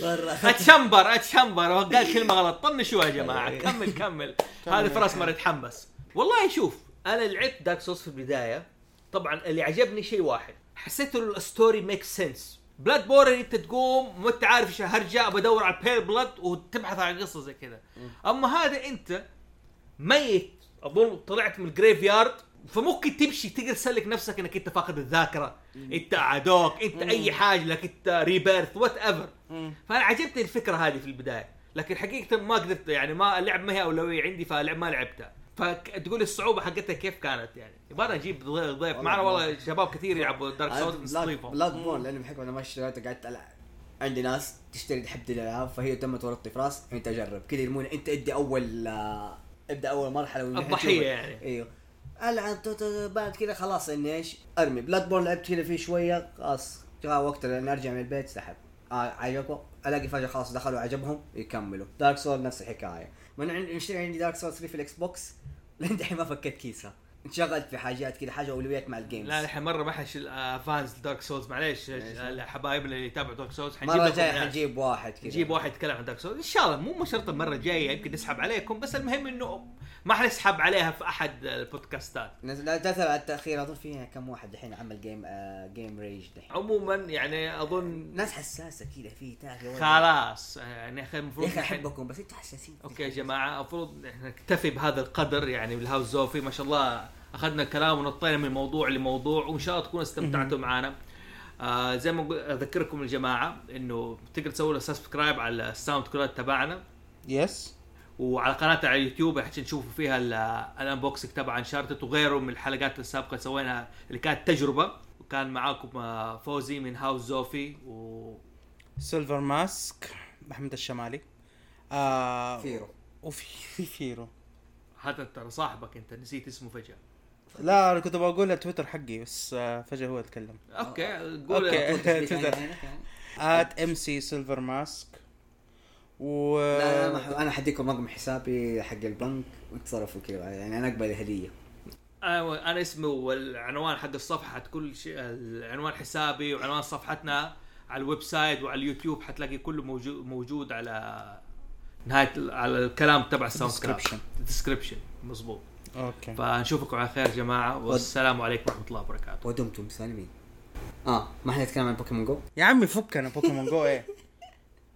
Speaker 6: مرة أخذت-
Speaker 1: اتشمبر اتشمبر هو قال كلمه غلط طنشوها يا جماعه كمل كمل هذه فراس مره يتحمس والله شوف انا لعبت دارك سولز في البدايه طبعا اللي عجبني شيء واحد حسيت انه الستوري ميك سنس بلاد بورن انت تقوم ما انت عارف ايش هرجع بدور على بير بلاد وتبحث عن قصه زي كذا اما هذا انت ميت اظن طلعت من الجريف يارد فممكن تمشي تقدر تسلك نفسك انك انت فاقد الذاكره انت عدوك انت اي حاجه لك انت ريبيرث وات ايفر
Speaker 3: مم.
Speaker 1: فانا عجبتني الفكره هذه في البدايه لكن حقيقه ما قدرت يعني ما اللعب ما هي اولويه عندي فلعب ما لعبتها فتقول الصعوبه حقتها كيف كانت يعني يبغى نجيب ضي- ضيف معنا والله شباب كثير يلعبوا دارك
Speaker 6: أنا
Speaker 1: سولز
Speaker 6: بلاد
Speaker 1: نستضيفهم
Speaker 6: بلاد بورن لاني بحكم انا ما اشتريته قعدت العب عندي ناس تشتري تحب دي الالعاب فهي تم تورطني في راس انت اجرب كذا يرمون انت ادي اول آه، ابدا اول مرحله ونحن
Speaker 1: الضحية
Speaker 6: نشوفك.
Speaker 4: إيوه.
Speaker 1: يعني.
Speaker 6: ايوه
Speaker 4: العب تو- تو- بعد كذا خلاص اني ايش ارمي بلاد بورن لعبت كذا فيه شويه خلاص جاء وقت لان ارجع من البيت سحب آه عجبه الاقي فجاه خلاص دخلوا عجبهم يكملوا دارك سول نفس الحكايه من عندي اشتري عندي دارك سول 3 في الاكس بوكس [laughs] لين دحين ما فكيت كيسها انشغلت في حاجات كذا حاجه اولويات مع الجيمز
Speaker 1: لا الحين مره ما آه، حش افانز دارك سولز معليش حبايبنا اللي يتابعوا دارك سولز حنجيب
Speaker 4: مره
Speaker 1: لكم
Speaker 4: جاي
Speaker 1: ناس.
Speaker 4: حنجيب واحد كذا
Speaker 1: نجيب واحد يتكلم عن دارك سولز ان شاء الله مو مو شرط المره الجايه يمكن نسحب عليكم بس المهم انه ما حنسحب عليها في احد البودكاستات
Speaker 4: نز- لا تاثر على التاخير اظن فيها كم واحد دحين عمل جيم آه جيم ريج دحين
Speaker 1: عموما يعني اظن
Speaker 4: ناس حساسه كذا في تاخير
Speaker 1: خلاص يعني اخي
Speaker 4: يا
Speaker 1: المفروض
Speaker 4: اخي
Speaker 1: الحين-
Speaker 4: احبكم بس انتوا حساسين
Speaker 1: اوكي يا جماعه المفروض احنا نكتفي بهذا القدر يعني بالهاوس زوفي ما شاء الله اخذنا كلام ونطينا من موضوع لموضوع وان شاء الله تكونوا استمتعتوا معنا آه زي ما قل- اذكركم الجماعه انه تقدر تسوي له سبسكرايب على الساوند كلاود تبعنا
Speaker 3: يس
Speaker 1: وعلى قناتنا على اليوتيوب عشان تشوفوا فيها ال- الانبوكسنج تبع انشارتد وغيره من الحلقات السابقه سويناها اللي كانت تجربه وكان معاكم آه، فوزي من هاوس زوفي و
Speaker 3: سيلفر ماسك محمد الشمالي آه
Speaker 6: فيرو
Speaker 3: وفي فيرو
Speaker 1: حتى ترى صاحبك انت نسيت اسمه فجاه
Speaker 3: لا انا كنت بقول تويتر حقي بس آه فجاه هو اتكلم
Speaker 1: اوكي قول
Speaker 3: أوكي.
Speaker 1: [laughs]
Speaker 3: تويتر.
Speaker 4: يعني، لا
Speaker 3: ات ام سي سيلفر ماسك و
Speaker 4: لا ما ح- انا حديكم رقم حسابي حق البنك وتصرفوا كذا يعني انا اقبل هديه
Speaker 1: انا أنا اسمي والعنوان حق الصفحه حتكون شيء العنوان حسابي وعنوان صفحتنا على الويب سايت وعلى اليوتيوب حتلاقي كله موجود موجود على نهايه ال- على الكلام تبع الساوند
Speaker 3: Description.
Speaker 1: ديسكربشن مظبوط
Speaker 3: اوكي
Speaker 1: فنشوفكم على خير يا جماعه والسلام عليكم ورحمه الله وبركاته
Speaker 4: ودمتم سالمين اه آه، ما احنا نتكلم عن بوكيمون جو
Speaker 3: يا عمي فكنا بوكيمون جو ايه